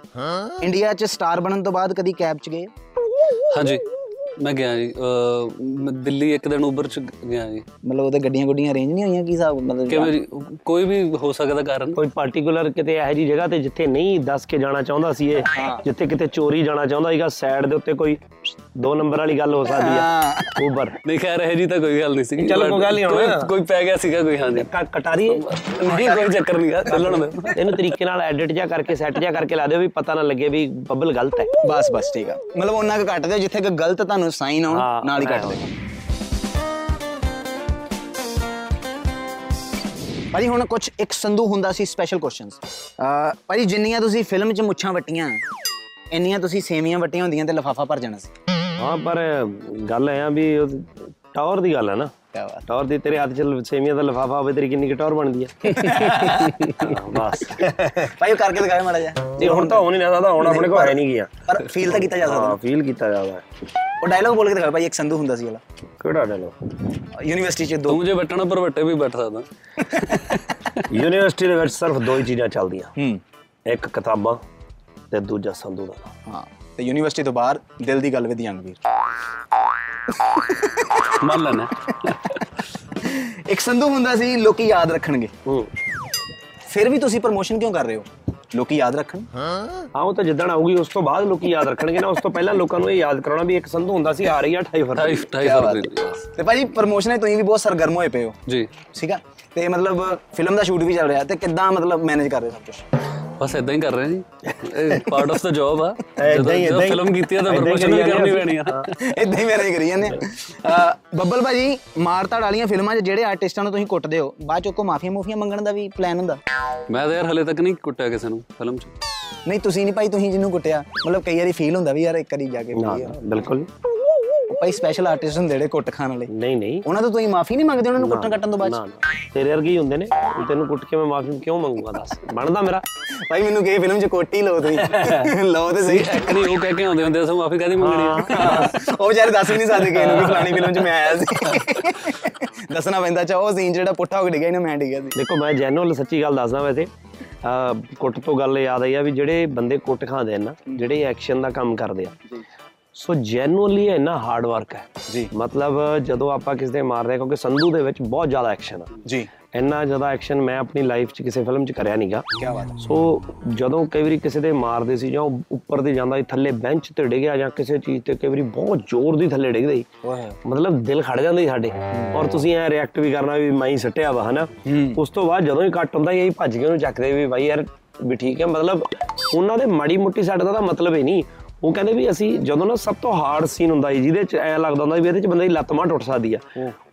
S1: ਇੰਡੀਆ 'ਚ ਸਟਾਰ ਬਣਨ ਤੋਂ ਬਾਅਦ ਕਦੀ ਕੈਬ 'ਚ ਗਏ
S3: ਹਾਂਜੀ ਮੈਂ ਗਿਆ ਜੀ ਅਹ, ਮੈਂ ਦਿੱਲੀ ਇੱਕ ਦਿਨ ਉਬਰ ਚ ਗਿਆ ਜੀ
S1: ਮਤਲਬ ਉਹਦੇ ਗੱਡੀਆਂ ਗੁੱਡੀਆਂ ਅਰੇਂਜ ਨਹੀਂ ਹੋਈਆਂ ਕੀ ਹਿਸਾਬ ਮਤਲਬ
S3: ਕਿਵੇਂ ਜੀ? ਕੋਈ ਵੀ ਹੋ ਸਕਦਾ ਕਾਰਨ
S2: ਕੋਈ ਪਾਰਟਿਕੂਲਰ ਕਿਤੇ ਇਹੋ ਜਿਹੀ ਜਗ੍ਹਾ ਤੇ ਜਿੱਥੇ ਨਹੀਂ ਦੱਸ ਕੇ ਜਾਣਾ ਚਾਹੁੰਦਾ ਸੀ ਇਹ ਜਿੱਥੇ ਕਿਤੇ ਚੋਰੀ ਜਾਣਾ ਚਾਹੁੰਦਾ ਸੀਗਾ ਸਾਈਡ ਦੇ ਉੱਤੇ ਕੋਈ ਦੋ ਨੰਬਰ ਵਾਲੀ ਗੱਲ ਹੋ ਸਕਦੀ ਆ ਉਬਰ
S3: ਨਹੀਂ ਖੈਰ ਇਹ ਜੀ ਤਾਂ ਕੋਈ ਗੱਲ ਨਹੀਂ ਸੀਗੀ
S2: ਚਲੋ, ਕੋਈ ਗੱਲ ਨਹੀਂ ਹੋਣਾ।
S3: ਕੋਈ- ਕੋਈ ਪੈ ਗਿਆ ਸੀਗਾ ਕੋਈ ਹਾਂਜੀ
S2: ਕਟਾਰੀ
S3: ਨਹੀਂ ਕੋਈ ਚੱਕਰ ਨਹੀਂਗਾ ਚੱਲਣ ਦੇ
S2: ਇਹਨੂੰ ਤਰੀਕੇ ਨਾਲ ਐਡਿਟ ਜਾਂ ਕਰਕੇ ਸੈੱਟ ਜਾਂ ਕਰਕੇ ਲਾ ਦਿਓ ਵੀ ਪਤਾ ਨਾ ਲੱਗੇ ਵੀ ਬੱਬਲ ਗਲਤ ਹੈ
S1: ਬਸ ਬਸ ਠੀਕ ਆ ਮਤਲਬ ਉਹਨਾਂ ਕੁ ਕੱਟ ਦਿਓ ਜਿੱਥੇ ਕਿ ਗਲਤ ਤੁਹਾਨੂੰ ਸਾਈਨ
S2: ਹਾਂ,
S1: ਆਉਣ ਨਾਲ ਹੀ ਕੱਟ
S2: ਹਾਂ।
S1: ਦਿਓ ਭਾਜੀ ਹੁਣ ਕੁਝ ਇੱਕ ਸੰਧੂ ਹੁੰਦਾ ਸੀ ਸਪੈਸ਼ਲ ਕੁਐਸਚਨਸ ਭਾਜੀ ਜਿੰਨੀਆਂ ਤੁਸੀਂ ਫਿਲਮ 'ਚ ਮੁੱਛਾਂ ਵੱਟੀਆਂ ਇੰਨੀਆਂ ਤੁਸੀਂ ਸੇਮੀਆਂ ਵੱਟੀਆਂ ਹੁੰਦੀਆਂ ਤੇ ਲਫਾਫਾ ਭਰ ਜਾਣਾ ਸੀ
S2: ਹਾਂ ਪਰ ਗੱਲ ਐ ਆ ਵੀ ਉਹ ਟੌਰ ਦੀ ਗੱਲ ਹੈ ਨਾ
S1: ਕਿਆ ਬਾਤ।
S2: ਟੌਰ ਦੀ ਤੇਰੇ ਹੱਥ 'ਚ ਸੇਮੀਆਂ ਦਾ ਲਿਫਾਫਾ ਹੋਵੇ ਤੇਰੀ ਕਿੰਨੀ ਕੁ ਟੌਰ ਬਣਦੀ ਹੈ ਹਾਂ, ਬਸ
S1: ਭਾਈ ਉਹ ਕਰਕੇ ਦਿਖਾਓ ਮਾੜਾ ਜਿਹਾ
S2: ਨਹੀਂ ਹੁਣ ਤਾਂ ਹੋ ਨਹੀਂ ਨਾ ਤਾਂ ਹੁਣ ਆਪਣੇ ਕੋਲ ਹੈ ਨਹੀਂ ਗਿਆ
S1: ਪਰ ਫੀਲ ਤਾਂ ਕੀਤਾ ਜਾ ਸਕਦਾ
S2: ਹਾਂ ਫੀਲ ਕੀਤਾ ਜਾਂਦਾ ਹੈ।
S1: ਉਹ ਡਾਇਲੌਗ ਬੋਲ ਕੇ ਦਿਖਾਓ ਭਾਈ ਇੱਕ ਸੰਧੂ ਹੁੰਦਾ ਸੀ ਵਾਲਾ
S2: ਕਿਹੜਾ ਡਾਇਲੌਗ
S1: ਯੂਨੀਵਰਸਿਟੀ 'ਚ ਦੋ
S3: ਤੂੰ ਜੇ ਬੈਠਣਾ ਪਰ ਵੱਟੇ ਵੀ ਬੈਠ ਸਕਦਾ
S2: ਯੂਨੀਵਰਸਿਟੀ ਦੇ ਵਿੱਚ ਸਿਰਫ ਦੋ ਹੀ ਚੀਜ਼ਾਂ ਚੱਲਦੀਆਂ ਇੱਕ ਕਿਤਾਬਾਂ ਤੇ ਦੂਜਾ ਸੰਧੂ ਦਾ ਨਾਂ।
S1: ਹਾਂ ਤੇ ਯੂਨੀਵਰਸਿਟੀ ਤੋਂ ਬਾਹਰ ਦਿਲ ਦੀ ਗੱਲ ਵਿਦ ਯੰਗਵੀਰ
S3: ਮੰਨ ਲੈਣਾ
S1: ਇੱਕ ਸੰਧੂ ਹੁੰਦਾ ਸੀ ਲੋਕੀ ਯਾਦ ਰੱਖਣਗੇ
S2: ਹੂੰ
S1: ਫਿਰ ਵੀ ਤੁਸੀਂ ਪ੍ਰਮੋਸ਼ਨ ਕਿਉਂ ਕਰ ਰਹੇ ਹੋ ਲੋਕੀ ਯਾਦ ਰੱਖਣ
S2: ਹਾਂ ਉਹ ਤਾਂ ਜਿੱਦਣ ਆਊਗੀ ਉਸ ਤੋਂ ਬਾਅਦ ਲੋਕੀ ਯਾਦ ਰੱਖਣਗੇ ਨਾ ਉਸ ਤੋਂ ਪਹਿਲਾਂ ਲੋਕਾਂ ਨੂੰ ਇਹ ਯਾਦ ਕਰਾਉਣਾ ਵੀ ਇੱਕ ਸੰਧੂ ਹੁੰਦਾ ਸੀ ਆ ਰਹੀ ਆ 28
S3: ਟਾਈ
S2: ਫਰਵਰੀ
S3: ਟਾਈ
S1: ਕਿਆ
S3: ਫਰਵਰੀ
S1: ਬਾਤ ਹੈ। ਤੇ ਭਾਜੀ ਪ੍ਰਮੋਸ਼ਨ ਹੈ ਤੁਸੀਂ ਵੀ ਬਹੁਤ ਸਰਗਰਮ ਹੋਏ ਪਏ ਹੋ
S3: ਜੀ
S1: ਠੀਕ ਆ ਤੇ ਮਤਲਬ ਫਿਲਮ ਦਾ ਸ਼ੂਟ ਵੀ ਚੱਲ ਰਿਹਾ ਤੇ ਕਿੱਦਾਂ ਮਤਲਬ ਮੈਨੇਜ ਕਰ ਰਹੇ ਹੋ ਸਭ ਕੁਝ
S3: ਬਸ ਇਦਾਂ ਹੀ ਕਰ ਰਹੇ ਜੀ ਪਾਰਟ ਆਫ ਦਾ ਜੌਬ ਆ
S2: ਏਦਾਂ ਹੀ- ਏਦਾਂ ਹੀ।
S3: ਫਿਲਮ ਕੀਤੀ ਆ ਤਾਂ
S2: ਏਦਾਂ ਹੀ
S3: ਪ੍ਰਮੋਸ਼ਨ ਵੀ
S2: ਕਰੀ
S3: ਕਰਨੀ
S2: ਜਾਂਦੇ
S3: ਪੈਣੀ ਆ
S2: ਹਾਂ।
S1: ਇਦਾਂ ਹੀ ਮੈਨੇਜ ਕਰੀ ਜਾਂਦੇ ਆ ਅਹ ਬੱਬਲ ਭਾਜੀ ਮਾਰਤਾੜ ਵਾਲੀਆਂ ਫਿਲਮਾਂ 'ਚ ਜਿਹੜੇ ਆਰਟਿਸਟਾਂ ਨੂੰ ਤੁਸੀਂ ਕੁੱਟਦੇ ਹੋ ਬਾਅਦ 'ਚ ਉਹ ਕੋ ਮਾਫੀਆਂ ਮੂਫੀਆਂ ਮੰਗਣ ਦਾ ਵੀ ਪਲਾਨ ਹੁੰਦਾ
S3: ਮੈਂ ਤਾਂ ਯਾਰ ਹਲੇ ਤੱਕ ਨਹੀਂ ਕੁੱਟਿਆ ਕਿਸੇ ਨੂੰ ਫਿਲਮ 'ਚ
S1: ਨਹੀਂ ਤੁਸੀਂ ਨਹੀਂ ਭਾਈ ਤੁਸੀਂ ਜਿਹਨੂੰ ਕੁੱਟਿਆ ਮਤਲਬ ਕਈ ਵਾਰੀ ਫੀਲ ਹੁੰਦਾ ਵੀ ਯਾਰ ਇੱਕ ਵਾਰੀ ਜਾ ਕੇ
S2: ਨਾ
S1: ਮਿਲੀ
S2: ਨਾ, ਬਿਲਕੁਲ
S1: ਭਾਈ ਸਪੈਸ਼ਲ ਆਰਟਿਸਟ ਹੁੰਦੇ ਜਿਹੜੇ ਕੁੱਟ ਖਾਣ ਵਾਲੇ
S2: ਨਹੀਂ ਨਹੀਂ
S1: ਉਹਨਾਂ ਤੋਂ ਤੁਸੀਂ ਮਾਫੀ ਨਹੀਂ ਮੰਗਦੇ ਉਹਨਾਂ ਨੂੰ ਕੁੱਟਣ ਕੱਟਣ ਤੋਂ ਬਾਅਦ 'ਚ?
S2: ਨਾ ਨਾ। ਤੇਰੇ ਵਰਗੇ ਹੀ ਹੁੰਦੇ ਨੇ ਤੈਨੂੰ ਕੁੱਟ ਕੇ ਮੈਂ ਮਾਫੀ ਕਿਉਂ ਮੰਗੂਗਾ ਦੱਸ ਬਣਦਾ ਮੇਰਾ
S1: ਭਾਈ ਮੈਨੂੰ ਕਹੇ ਫਿਲਮ 'ਚ ਕੋਟੀ ਲਓ [laughs] ਤੁਸੀਂ ਲਓ ਤੇ ਸਹੀ
S3: ਇੱਕ ਨਹੀਂ ਉਹ ਕਹਿ ਕੇ ਆਉਂਦੇ ਹੁੰਦੇ ਆ ਸੋ ਮਾਫੀ ਕਾਦੀ ਮੰਗਣੀ ਆ
S1: ਉਹ ਵਿਚਾਰੇ ਦੱਸ ਵੀ ਨਹੀਂ ਸਕਦੇ ਕਿ ਇਹਨੂੰ ਵੀ ਫਲਾਣੀ ਫਿਲਮ 'ਚ ਮੈਂ ਆਇਆ ਸੀ ਦੱਸਣਾ ਪੈਂਦਾ ਚਾ ਉਹ ਸੀਨ ਜਿਹੜਾ ਪੁੱਠਾ ਹੋ ਕੇ ਡਿੱਗਾ ਇਹਨੂੰ ਮੈਂ ਡਿੱਗਿਆ ਸੀ
S2: ਦੇਖੋ ਮੈਂ ਜੈਨੂਅਲ ਸੱਚੀ ਗੱਲ ਦੱਸਦਾ ਵੈਸੇ ਅਹ ਕੁੱਟ ਤੋਂ ਗੱਲ ਯਾਦ ਆਈ ਆ ਵੀ ਜਿਹੜੇ ਬੰਦੇ ਕੁੱਟ ਖਾਂਦੇ ਆ ਨਾ ਜਿਹੜੇ ਐਕਸ਼ਨ ਦਾ ਕੰਮ ਕਰਦੇ ਆ ਸੋ ਜੈਨੂਅਲੀ ਇੰਨਾ ਹਾਰਡ ਵਰਕ ਹੈ ਜੀ ਮਤਲਬ ਜਦੋਂ ਆਪਾਂ ਕਿਸੇ ਦੇ ਮਾਰਦੇ ਆ ਕਿਉਂਕਿ ਸੰਧੂ ਦੇ ਵਿੱਚ ਬਹੁਤ ਜ਼ਿਆਦਾ ਐਕਸ਼ਨ ਆ
S1: ਜੀ
S2: ਇੰਨਾ ਜ਼ਿਆਦਾ ਐਕਸ਼ਨ ਮੈਂ ਆਪਣੀ ਲਾਈਫ 'ਚ ਕਿਸੇ ਫਿਲਮ 'ਚ ਕਰਿਆ ਨਹੀਂਗਾ
S1: ਕੀ ਬਾਤ ਹੈ
S2: ਸੋ ਜਦੋਂ ਕਈ ਵਾਰੀ ਕਿਸੇ ਦੇ ਮਾਰਦੇ ਸੀ ਜਾਂ ਉਹ ਉੱਪਰ ਦੀ ਜਾਂਦਾ ਸੀ ਥੱਲੇ ਬੈਂਚ ਤੇ ਡਿੱਗਿਆ ਜਾਂ ਕਿਸੇ ਚੀਜ਼ ਤੇ ਕਈ ਵਾਰੀ ਬਹੁਤ ਜ਼ੋਰ ਦੀ ਥੱਲੇ ਡਿੱਗਦੇ ਸੀ
S1: ਓਏ
S2: ਮਤਲਬ ਦਿਲ ਖੜ ਜਾਂਦਾ ਸੀ ਸਾਡੇ ਔਰ ਤੁਸੀਂ ਐ ਰਿਐਕਟ ਵੀ ਕਰਨਾ ਵੀ ਮਾਈ ਸੱਟਿਆ ਵਾ ਹਨਾ ਉਸ ਤੋਂ ਬਾਅਦ ਜਦੋਂ ਹੀ ਕੱਟ ਹੁੰਦਾ ਇਹ ਭੱਜ ਕੇ ਉਹਨੂੰ ਚੱਕਦੇ ਵੀ ਬਾਈ ਯਾਰ ਵੀ ਠੀਕ ਹੈ ਮਤਲਬ ਉਹਨਾਂ ਦੇ ਮਾੜੀ ਮੁੱਟੀ ਸੱਟ ਦਾ ਤਾਂ ਮਤਲਬ ਹੀ ਨਹੀਂ ਉਹ ਕਹਿੰਦੇ ਵੀ ਅਸੀਂ ਜਦੋਂ ਨਾ ਸਭ ਤੋਂ ਹਾਰਡ ਸੀਨ ਹੁੰਦਾ ਸੀ ਜਿਹਦੇ ਚ ਐ ਲੱਗਦਾ ਹੁੰਦਾ ਸੀ ਵੀ ਇਹਦੇ ਚ ਬੰਦੇ ਦੀ ਲੱਤ ਮਾਂ ਟੁੱਟ ਸਕਦੀ ਆ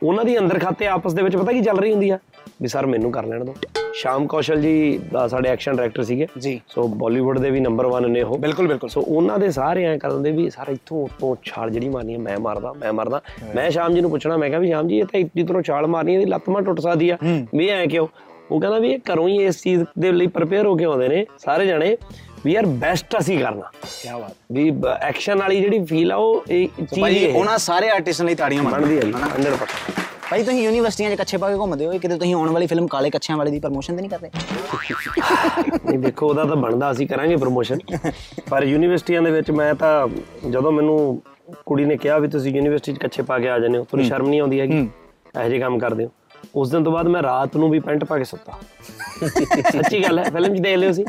S2: ਉਹਨਾਂ ਦੀ ਅੰਦਰ ਖਾਤੇ ਆਪਸ ਦੇ ਵਿੱਚ ਪਤਾ ਕੀ ਚੱਲ ਰਹੀ ਹੁੰਦੀ ਆ ਵੀ ਸਰ ਮੈਨੂੰ ਕਰ ਲੈਣ ਦਿਓ ਸ਼ਾਮ ਕੌਸ਼ਲ ਜੀ ਅ, ਸਾਡੇ ਐਕਸ਼ਨ ਡਾਇਰੈਕਟਰ ਸੀਗੇ
S1: ਜੀ।
S2: ਸੋ ਬਾਲੀਵੁੱਡ ਦੇ ਵੀ ਨੰਬਰ 1 ਨੇ ਉਹ
S1: ਬਿਲਕੁਲ ਬਿਲਕੁਲ
S2: ਸੋ ਉਹਨਾਂ ਦੇ ਸਾਰੇ ਐ ਕਰਦੇ ਵੀ ਸਾਰਾ ਇੱਥੋਂ ਉੱਤੋਂ ਛਾਲ ਜਿਹੜੀ ਮਾਰਨੀ ਹੈ ਮੈਂ ਮਾਰਦਾ ਮੈਂ ਮਾਰਦਾ ਮੈਂ ਸ਼ਾਮ ਜੀ ਨੂੰ ਪੁੱਛਣਾ ਮੈਂ ਕਿਹਾ ਵੀ ਸ਼ਾਮ ਜੀ ਇਹ ਤਾਂ ਇੱਡੀ ਤਰ੍ਹਾਂ ਛਾਲ ਮਾਰਨੀ ਇਹਦੀ ਲੱਤ ਮਾਂ ਟੁੱਟ ਸਕਦੀ ਆ ਵੀ ਐ ਕਿਉਂ ਉਹ ਕਹਿੰਦਾ ਵੀ ਇਹ ਘਰੋਂ ਹੀ ਇਸ ਚੀਜ਼ ਦੇ ਲਈ ਪ੍ਰਪੇਅਰ ਹੋ ਕੇ ਆਉਂਦੇ ਨੇ ਸਾਰੇ ਜਣੇ ਵੀ ਯਾਰ ਬੈਸਟ ਅਸੀਂ ਕਰਨਾ
S1: ਕੀ ਬਾਤ
S2: ਵੀ ਐਕਸ਼ਨ ਵਾਲੀ ਜਿਹੜੀ ਫੀਲ ਆ ਉਹ ਇਹ ਚੀਜ਼
S1: ਭਾਈ
S2: ਇਹ
S1: ਉਹਨਾਂ ਸਾਰੇ ਆਰਟਿਸਟਾਂ ਲਈ ਤਾੜੀਆਂ ਮਾਰੋ
S2: ਬਣਦੀ ਹੈ ਜੀ, 100%
S1: ਭਾਈ ਤੁਸੀਂ ਯੂਨੀਵਰਸਿਟੀਆਂ 'ਚ ਕੱਛੇ ਪਾ ਕੇ ਘੁੰਮਦੇ ਹੋ ਇਹ ਕਿਤੇ ਤੁਸੀਂ ਆਉਣ ਵਾਲੀ ਫਿਲਮ ਕਾਲੇ ਕੱਛਿਆਂ ਵਾਲੇ ਦੀ ਪ੍ਰਮੋਸ਼ਨ ਤੇ ਨਹੀਂ ਕਰ ਰਹੇ
S2: ਨਹੀਂ ਦੇਖੋ ਉਹਦਾ ਤਾਂ ਬਣਦਾ ਅਸੀਂ ਕਰਾਂਗੇ ਪ੍ਰੋਮੋਸ਼ਨ ਪਰ ਯੂਨੀਵਰਸਿਟੀਆਂ ਦੇ ਵਿੱਚ ਮੈਂ ਤਾਂ ਜਦੋਂ ਮੈਨੂੰ ਕੁੜੀ ਨੇ ਕਿਹਾ ਵੀ ਤੁਸੀਂ ਯੂਨੀਵਰਸਿਟੀ 'ਚ ਕੱਛੇ ਪਾ ਕੇ ਆ ਜਾਂਦੇ ਹੋ ਤੁਹਾਨੂੰ ਸ਼ਰਮ ਨਹੀਂ ਆਉਂਦੀ ਹੈਗੀ ਇਹੋ ਜਿਹੇ ਕੰਮ ਕਰਦੇ ਹੋ ਉਸ ਦਿਨ ਤੋਂ ਬਾਅਦ ਮੈਂ ਰਾਤ ਨੂੰ ਵੀ ਪੈਂਟ ਪਾ ਕੇ ਸੁੱਤਾ ਸੱਚੀ ਗੱਲ ਹੈ ਫਿਲਮ 'ਚ ਦੇਖ ਲਿਓ ਸੀ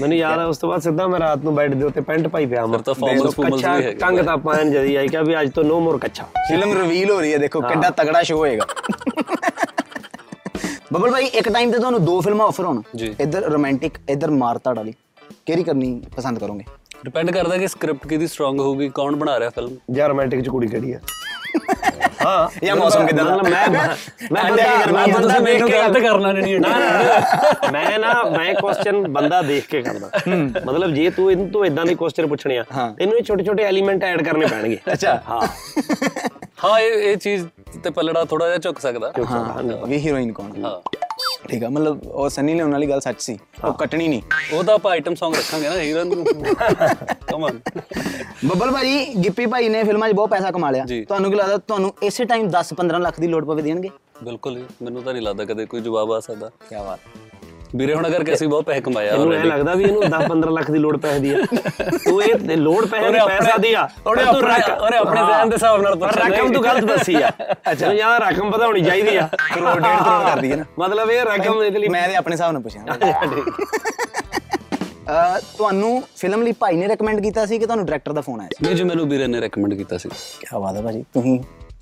S2: ਮੈਨੂੰ ਯਾਦ ਆ ਉਸ ਤੋਂ ਬਾਅਦ ਸਿੱਧਾ ਮੈਂ ਰਾਤ ਨੂੰ ਬੈੱਡ ਦੇ ਉੱਤੇ ਪੈਂਟ ਪਾਈ ਪਿਆ ਮੈਂ
S3: ਫਿਰ ਤਾਂ formals ਫੂਮਲਸ ਵੀ ਹੈਗੇ।
S2: ਕੰਗ ਤਾਂ ਪਾਣ ਜਦੀ ਆਈ ਕਿਹਾ ਵੀ ਅੱਜ ਤੋਂ ਨੋ ਮੋਰ ਕੱਛਾ
S1: ਫਿਲਮ ਰਿਵੀਲ ਹੋ ਰਹੀ ਹੈ ਦੇਖੋ ਕਿੰਨਾ ਤਗੜਾ ਸ਼ੋਅ ਹੋਏਗਾ [laughs] ਬੱਬਲ ਭਾਈ ਇੱਕ ਟਾਈਮ ਤੇ ਤੁਹਾਨੂੰ ਦੋ ਫਿਲਮਾਂ ਆਫਰ ਹੋਣ
S3: ਜੀ।
S1: ਇੱਧਰ ਰੋਮਾਂਟਿਕ ਇੱਧਰ ਮਾਰਤਾੜ ਵਾਲੀ ਕਿਹੜੀ ਕਰਨੀ ਪਸੰਦ ਕਰੋਗੇ
S3: ਡਿਪੈਂਡ ਕਰਦਾ ਕਿ ਸਕ੍ਰਿਪਟ ਕਿਹਦੀ ਸਟਰੋਂਗ ਹੋਊਗੀ ਕੌਣ ਬਣਾ ਰਿਹਾ ਫਿਲਮ
S2: ਜਾਂ ਰੋਮਾਂਟਿਕ 'ਚ ਕੁੜੀ ਕਿਹੜੀ ਹੈ ਹਾਂ
S1: ਜਾਂ ਮੌਸਮ ਕਿੱਦਾਂ ਦਾ?
S2: ਮਤਲਬ ਮੈਂ ਮੈਂ
S1: ਐਂ
S2: ਬੰਦਾ
S1: ਤਾਂ
S2: ਮੈਂ
S1: ਤੁਸੀਂ
S2: ਬੰਦਾ ਦੇਖ
S3: ਮੈਨੂੰ
S2: ਕੇ
S3: ਗੱਲ ਕਰਨਾ ਨਹੀਂ
S2: ਨਾ ਨਾ ਮੈਂ ਨਾ ਮੈਂ ਕੁਐਸਚਨ ਬੰਦਾ ਦੇਖ ਕੇ ਕਰਦਾ ਮਤਲਬ ਜੇ ਤੂੰ ਇਹਨੂੰ ਤੋਂ ਇਦਾਂ ਦੇ ਕੁਐਸਚਨ ਪੁੱਛਣੇ ਆ ਇਹਨੂੰ ਇਹ ਛੋਟੇ ਛੋਟੇ ਐਲੀਮੈਂਟ ਐਡ ਕਰਨੇ ਪੈਣਗੇ
S1: ਅੱਛਾ।
S2: ਹਾਂ
S3: ਹਾਂ ਇਹ ਇਹ ਚੀਜ਼ ਤੇ ਪਲੜਾ ਥੋੜਾ ਜਿਹਾ ਝੁਕ ਸਕਦਾ
S1: ਵੀ ਹੀਰੋਇਨ ਕੌਣ
S3: ਹਾਂ
S1: ਠੀਕ ਆ ਮਤਲਬ ਉਹ ਸਨੀ ਲਿਓਨ ਵਾਲੀ ਗੱਲ ਸੱਚ ਸੀ ਉਹ ਕੱਟਣੀ ਨਹੀਂ
S3: ਉਹ ਤਾਂ ਆਪਾਂ ਆਈਟਮ Song ਰੱਖਾਂਗੇ ਨਾ ਹੀਰਨ ਨੂੰ ਕਮਨ
S1: ਬੱਬਲ ਭਾਈ ਗਿੱਪੀ ਭਾਈ ਨੇ ਫਿਲਮਾਂ 'ਚ ਬਹੁਤ ਪੈਸਾ ਕਮਾ ਲਿਆ
S3: ਜੀ।
S1: ਤੁਹਾਨੂੰ ਕੀ ਲੱਗਦਾ ਤੁਹਾਨੂੰ ਇਸੇ ਟਾਈਮ 10-15 ਲੱਖ ਦੀ ਲੋੜ ਪਵੇ ਦੇਣਗੇ
S3: ਬਿਲਕੁਲ ਜੀ, ਮੈਨੂੰ ਤਾਂ ਨਹੀਂ ਲੱਗਦਾ ਕਦੇ ਕੋਈ ਜਵਾਬ ਆ ਸਕਦਾ
S1: ਕੀ ਬਾਤ
S3: ਵੀਰੇ ਹੁਣਾਂ ਕਰਕੇ ਅਸੀਂ ਬਹੁਤ ਪੈਸੇ ਕਮਾਇਆ
S2: ਇਹਨੂੰ ਐ
S3: already।
S2: ਲੱਗਦਾ ਵੀ ਇਹਨੂੰ 10 15 ਲੱਖ ਦੀ ਲੋੜ ਪੈਸੇ ਦੀ ਆ ਤੂੰ ਇਹ ਤੇ ਲੋੜ ਪੈਸੇ ਦੀ
S3: ਉਹਨੇ
S2: ਪੈਸਾ
S3: ਆਪਣੇ-
S2: ਦੀ ਆ
S3: ਉਹਨੇ
S2: ਪਰ ਤੂੰ
S3: ਆਪਣੇ-
S2: ਰੱਖ-
S3: ਉਹਨੇ ਆਪਣੇ
S2: ਹਾਂ।
S3: ਜ਼ਹਿਨ ਦੇ ਹਿਸਾਬ ਨਾਲ
S2: ਪਰ
S3: ਪੁੱਛਿਆ
S2: ਰਕਮ
S3: ਨਹੀਂ।
S2: ਤੂੰ ਗਲਤ ਦੱਸੀ ਆ ਅੱਛਾ ਯਾਰ ਰਕਮ ਪਤਾ ਹੋਣੀ ਚਾਹੀਦੀ ਆ
S1: ਕਰੋੜ, ਡੇਢ ਕਰੋੜ ਕਰ ਦਈਏ ਨਾ।
S2: ਮਤਲਬ ਇਹ ਰਕਮ ਇਹਦੇ ਲਈ
S1: ਮੈਂ ਤੇ ਆਪਣੇ ਹਿਸਾਬ ਨਾਲ ਪੁੱਛਿਆ
S2: [laughs]
S1: ਅਹ, ਤੁਹਾਨੂੰ ਫਿਲਮ ਲਈ ਭਾਈ ਨੇ ਰეკਮੈਂਡ ਕੀਤਾ ਸੀ ਕਿ ਤੁਹਾਨੂੰ ਡਾਇਰੈਕਟਰ ਦਾ ਫੋਨ ਆਇਆ
S3: ਨਹੀਂ ਜੀ ਮੈਨੂੰ ਵੀਰੇ ਨੇ ਰეკਮੈਂਡ ਕੀਤਾ ਸੀ
S1: ਸੀ ਕੀ ਬਾਤ ਹੈ ਭਾਜੀ ਤੁਸੀਂ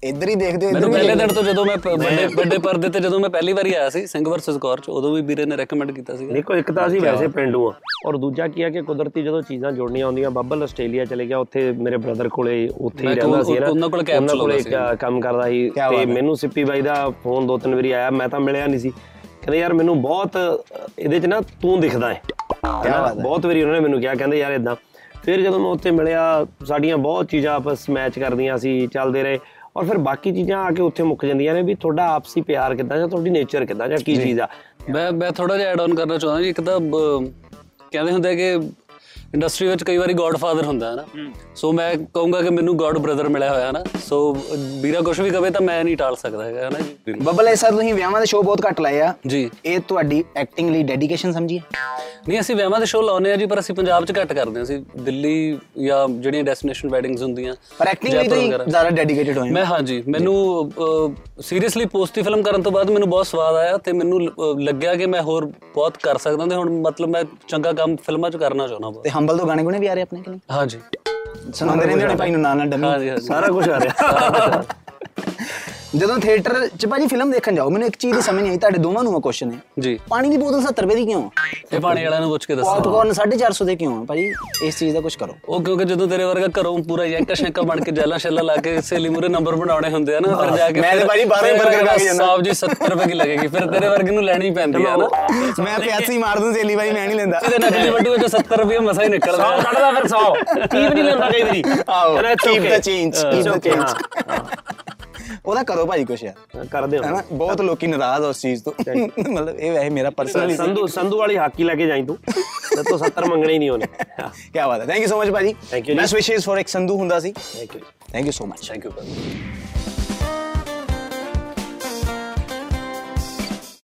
S1: ਇੱਧਰ ਹੀ ਦੇਖਦੇ ਹੋ
S3: ਮੈਨੂੰ
S1: ਇੱਧਰ ਹੀ
S3: ਪਹਿਲੇ ਦਿਨ ਤੋਂ ਜਦੋਂ ਮੈਂ ਪ- ਵੱਡੇ ਵੱਡੇ ਪਰਦੇ ਤੇ ਜਦੋਂ ਮੈਂ ਪਹਿਲੀ ਵਾਰੀ ਆਇਆ ਸੀ ਸਿੰਘ ਵਰਸਸ ਕੌਰ ਚ ਉਦੋਂ ਵੀ ਵੀਰੇ ਨੇ ਰეკਮੈਂਡ ਕੀਤਾ ਸੀ
S2: ਦੇਖੋ ਇੱਕ ਤਾਂ ਅਸੀਂ ਵੈਸੇ ਪਿੰਡੂ ਆ ਔਰ ਦੂਜਾ ਕੀ ਆ ਕਿ ਕੁਦਰਤੀ ਜਦੋਂ ਚੀਜ਼ਾਂ ਜੋੜਨੀਆਂ ਆਉਂਦੀਆਂ ਬੱਬਲ ਆਸਟ੍ਰੇਲੀਆ ਚਲੇ ਗਿਆ ਉੱਥੇ ਮੇਰੇ ਬ੍ਰਦਰ ਕੋਲੇ ਉੱਥੇ ਹੀ
S3: ਮੈਂ ਕੋਲ-
S2: ਰਹਿੰਦਾ ਸੀ ਨਾ
S3: ਉਹਨਾਂ ਕੋਲ ਕੈਬ
S2: ਉਹਨਾਂ ਕੋਲੇ
S3: ਚਲਾਉਂਦਾ ਸੀ।
S2: ਇੱਕ ਕੰਮ ਕਰਦਾ ਸੀ
S1: ਬਾਤ
S2: ਤੇ
S1: ਹੈ।
S2: ਮੈਨੂੰ ਸਿੱਪੀ ਬਾਈ ਦਾ ਫੋਨ ਦੋ ਤਿੰਨ ਵਾਰੀ ਆਇਆ ਮੈਂ ਤਾਂ ਮਿਲਿਆ ਨਹੀਂ ਸੀ ਕਹਿੰਦੇ ਯਾਰ ਮੈਨੂੰ ਬਹੁਤ ਅ, ਇਹਦੇ 'ਚ ਨਾ ਤੂੰ ਦਿਖਦਾ ਹੈ ਹਨਾ?
S1: ਬਾਤ ਹੈ।
S2: ਬਹੁਤ ਵਾਰੀ ਉਹਨਾਂ ਨੇ ਮੈਨੂੰ ਕਿਹਾ ਕਹਿੰਦੇ ਯਾਰ ਇਦਾਂ ਫਿਰ ਜਦੋਂ ਮੈਂ ਉੱਥੇ ਮਿਲਿਆ ਸਾਡੀਆਂ ਬਹੁਤ ਚੀਜ਼ਾਂ ਆਪਸ ਮੈਚ ਕਰਦੀਆਂ ਸੀ ਚੱਲਦੇ ਰਹੇ ਔਰ ਫਿਰ ਬਾਕੀ ਚੀਜ਼ਾਂ ਆ ਕੇ ਉੱਥੇ ਮੁੱਕ ਜਾਂਦੀਆਂ ਨੇ ਵੀ ਤੁਹਾਡਾ ਆਪਸੀ ਪਿਆਰ ਕਿੱਦਾਂ ਜਾਂ ਤੁਹਾਡੀ ਨੇਚਰ ਕਿੱਦਾਂ ਜਾਂ ਕੀ ਚੀਜ਼ ਆ
S3: ਮੈਂ ਮੈਂ ਥੋੜਾ ਜਿਹਾ ਐਡ ਆਨ ਕਰਨਾ ਚਾਹੁੰਦਾ ਜੀ ਇੱਕ ਤਾਂ ਬ- ਕਹਿੰਦੇ ਹੁੰਦੇ ਆ ਕਿ ਇੰਡਸਟਰੀ ਵਿੱਚ ਕਈ ਵਾਰੀ ਗੋਡਫਾਦਰ ਹੁੰਦਾ ਹੈ ਨਾ ਸੋ ਮੈਂ ਕਹੂੰਗਾ ਕਿ ਮੈਨੂੰ ਗੋਡ ਬ੍ਰਦਰ ਮਿਲਿਆ ਹੋਇਆ ਹੈ ਨਾ ਸੋ ਵੀਰਾ ਕੁਝ ਵੀ ਕਵੇ ਤਾਂ ਮੈਂ ਨਹੀਂ ਟਾਲ ਸਕਦਾ ਹੈਗਾ ਹੈ ਨਾ ਜੀ
S1: ਬੱਬਲ ਇਹ ਸਰ ਤੁਸੀਂ ਵਿਆਹਾਂ ਦੇ ਸ਼ੋਅ ਬਹੁਤ ਘੱਟ ਲਾਏ ਆ
S3: ਜੀ
S1: ਇਹ ਤੁਹਾਡੀ ਐਕਟਿੰਗ ਲਈ ਡੈਡੀਕੇਸ਼ਨ ਸਮਝੀਏ
S3: ਨਹੀਂ ਅਸੀਂ ਵਿਆਹਾਂ ਦੇ ਸ਼ੋਅ ਲਾਉਨੇ ਆ ਜੀ ਪਰ ਅਸੀਂ ਪੰਜਾਬ 'ਚ ਘੱਟ ਕਰਦੇ ਹਾਂ ਅਸੀਂ ਦਿੱਲੀ ਜਾਂ ਜਿਹੜੀਆਂ ਡੈਸਟੀਨੇਸ਼ਨ ਵੈਡਿੰਗਸ ਹੁੰਦੀਆਂ
S1: ਪਰ ਐਕਟਿੰਗ ਲਈ
S3: ਜੈਪੁਰ
S1: ਤੁਸੀਂ
S3: ਵਗੈਰਾ।
S1: ਜ਼ਿਆਦਾ ਡੈਡੀਕੇਟਡ ਹੋਏ ਹੋ।
S3: ਮੈਂ ਹਾਂਜੀ ਮੈਨੂੰ ਸੀਰੀਅਸਲੀ ਪੋਸਟੀ ਫਿਲਮ ਕਰਨ ਤੋਂ ਬਾਅਦ ਮੈਨੂੰ ਬਹੁਤ ਸਵਾਦ ਆਇਆ ਤੇ ਮੈਨੂੰ ਲ- ਅਹ, ਲੱਗਿਆ ਕਿ ਮੈਂ ਹੋਰ ਬਹੁਤ ਕਰ ਸਕਦਾ ਤੇ ਹੁਣ ਮਤਲਬ ਮੈਂ ਚੰਗਾ ਕੰਮ ਫਿਲਮਾਂ 'ਚ ਕਰਨਾ ਚਾਹੁੰਦਾ ਬਹੁਤ
S1: ਤੇ ਹੰਬਲ ਤੋਂ ਗਾਣੇ ਗੁਣੇ ਵੀ ਆ ਰਹੇ ਆਪਣੇ ਕਿ ਨਹੀਂ
S3: ਹਾਂਜੀ
S1: ਸੁਣਾਉਂਦੇ ਰਹਿੰਦੇ ਹੋਣੇ ਭਾਈ ਨੂੰ ਨਾਲ ਨਾਲ ਡੰਮੀ
S3: ਹਾਂਜੀ ਹਾਂਜੀ
S2: ਸਾਰਾ ਕੁਝ ਆ ਰਿਹਾ
S1: ਜਦੋਂ ਥੀਏਟਰ 'ਚ ਭਾਜੀ ਫਿਲਮ ਦੇਖਣ ਜਾਓ ਮੈਨੂੰ ਇੱਕ ਚੀਜ਼ ਦੀ ਸਮਝ ਨਹੀਂ ਆਈ ਤੁਹਾਡੇ ਦੋਵਾਂ ਨੂੰ ਮੈਂ ਕੁਐਸਚਨ ਹੈ
S3: ਜੀ
S1: ਪਾਣੀ ਦੀ ਬੋਤਲ 70 ਰੁਪਏ ਦੀ ਕਿਉਂ ਆ
S3: ਇਹ ਪਾਣੀ ਵਾਲਿਆਂ ਨੂੰ ਪੁੱਛ ਕੇ ਦੱਸੋ
S1: ਪੌਪਕਾਰਨ 450 ਦੇ ਕਿਉਂ ਆ ਭਾਜੀ ਇਸ ਚੀਜ਼ ਦਾ ਕੁਝ ਕਰੋ
S3: ਉਹ ਕਿਉਂਕਿ ਜਦੋਂ ਤੇਰੇ ਵਰਗਾ ਘਰੋਂ ਪੂਰਾ ਯੈਂਕਾ ਸ਼ੈਂਕਾ ਬਣ ਕੇ ਜੈਲਾ ਸ਼ੈਲਾ ਲਾ ਕੇ ਸੇਲੀ ਮੂਰੇ ਨੰਬਰ ਬਣਾਉਣੇ ਹੁੰਦੇ ਆ ਨਾ ਫਿਰ ਜਾ ਕੇ
S1: ਮੈਂ ਤੇ
S3: ਫਿਰ-
S1: ਭਾਜੀ ਬਾਹਰੋਂ ਹੀ
S3: ਫਿਰ
S1: burger ਖਾ ਕੇ ਜਾਂਦਾ।
S3: ਸਾਹਿਬ ਜੀ 70 ਰੁਪਏ ਕੀ ਲੱਗੇਗੀ ਫਿਰ ਤੇਰੇ ਵਰਗੇ ਨੂੰ ਲੈਣੀ ਪੈਂਦੀ ਆ ਨਾ
S1: ਮੈਂ ਪਿਆਸੀ ਮਾਰ ਦੂੰ ਸੇਲੀ ਭਾਈ ਮੈਂ ਨਹੀਂ ਲੈਂਦਾ
S3: ਇਹਦੇ ਨਕਲੀ ਵੱਡੂ ਵਿੱਚੋਂ 70 ਰੁਪਏ ਮਸਾ ਹੀ ਨਿਕਲਦਾ
S2: ਸੌ ਕੱਢਦਾ ਫਿਰ ਸੌ ਕੀ ਵੀ ਨਹੀਂ ਲੈਂਦਾ ਕਈ
S1: [laughs]
S2: ਵਾਰੀ
S1: ਆਓ
S2: ਕਹਿੰਦਾ it's
S1: keep
S2: okay.
S1: the change
S2: ਹਾਂ,
S1: keep
S2: it's
S1: the
S2: okay,
S1: change ਉਹਦਾ ਕਰੋ ਭਾਈ ਕੁਛ ਯਾਰ
S2: ਹਾਂ, ਕਰਦੇ ਹਾਂ
S1: ਹੈਨਾ ਬਹੁਤ ਲੋਕੀ ਨਾਰਾਜ਼ ਆ ਉਸ ਚੀਜ਼ ਤੋਂ ਮਤਲਬ ਇਹ ਵੈਸੇ ਮੇਰਾ ਪਰਸਨਲੀ
S2: ਸੰਧੂ ਸੰਧੂ ਵਾਲੀ ਹਾਕੀ ਲੈ ਕੇ ਜਾਈ
S1: [laughs]
S2: ਤੂੰ ਤੇ ਤੂੰ 70 ਮੰਗਣੇ ਹੀ ਨਹੀਂ ਹੋਣੇ
S1: ਕੀ ਬਾਤ ਹੈ ਥੈਂਕ ਯੂ ਸੋ ਮਚ ਭਾਜੀ
S2: Thank you ਜੀ।
S1: Best wishes for Ikk Sandhu Hunda Si
S2: thank you
S1: thank you so much
S3: thank you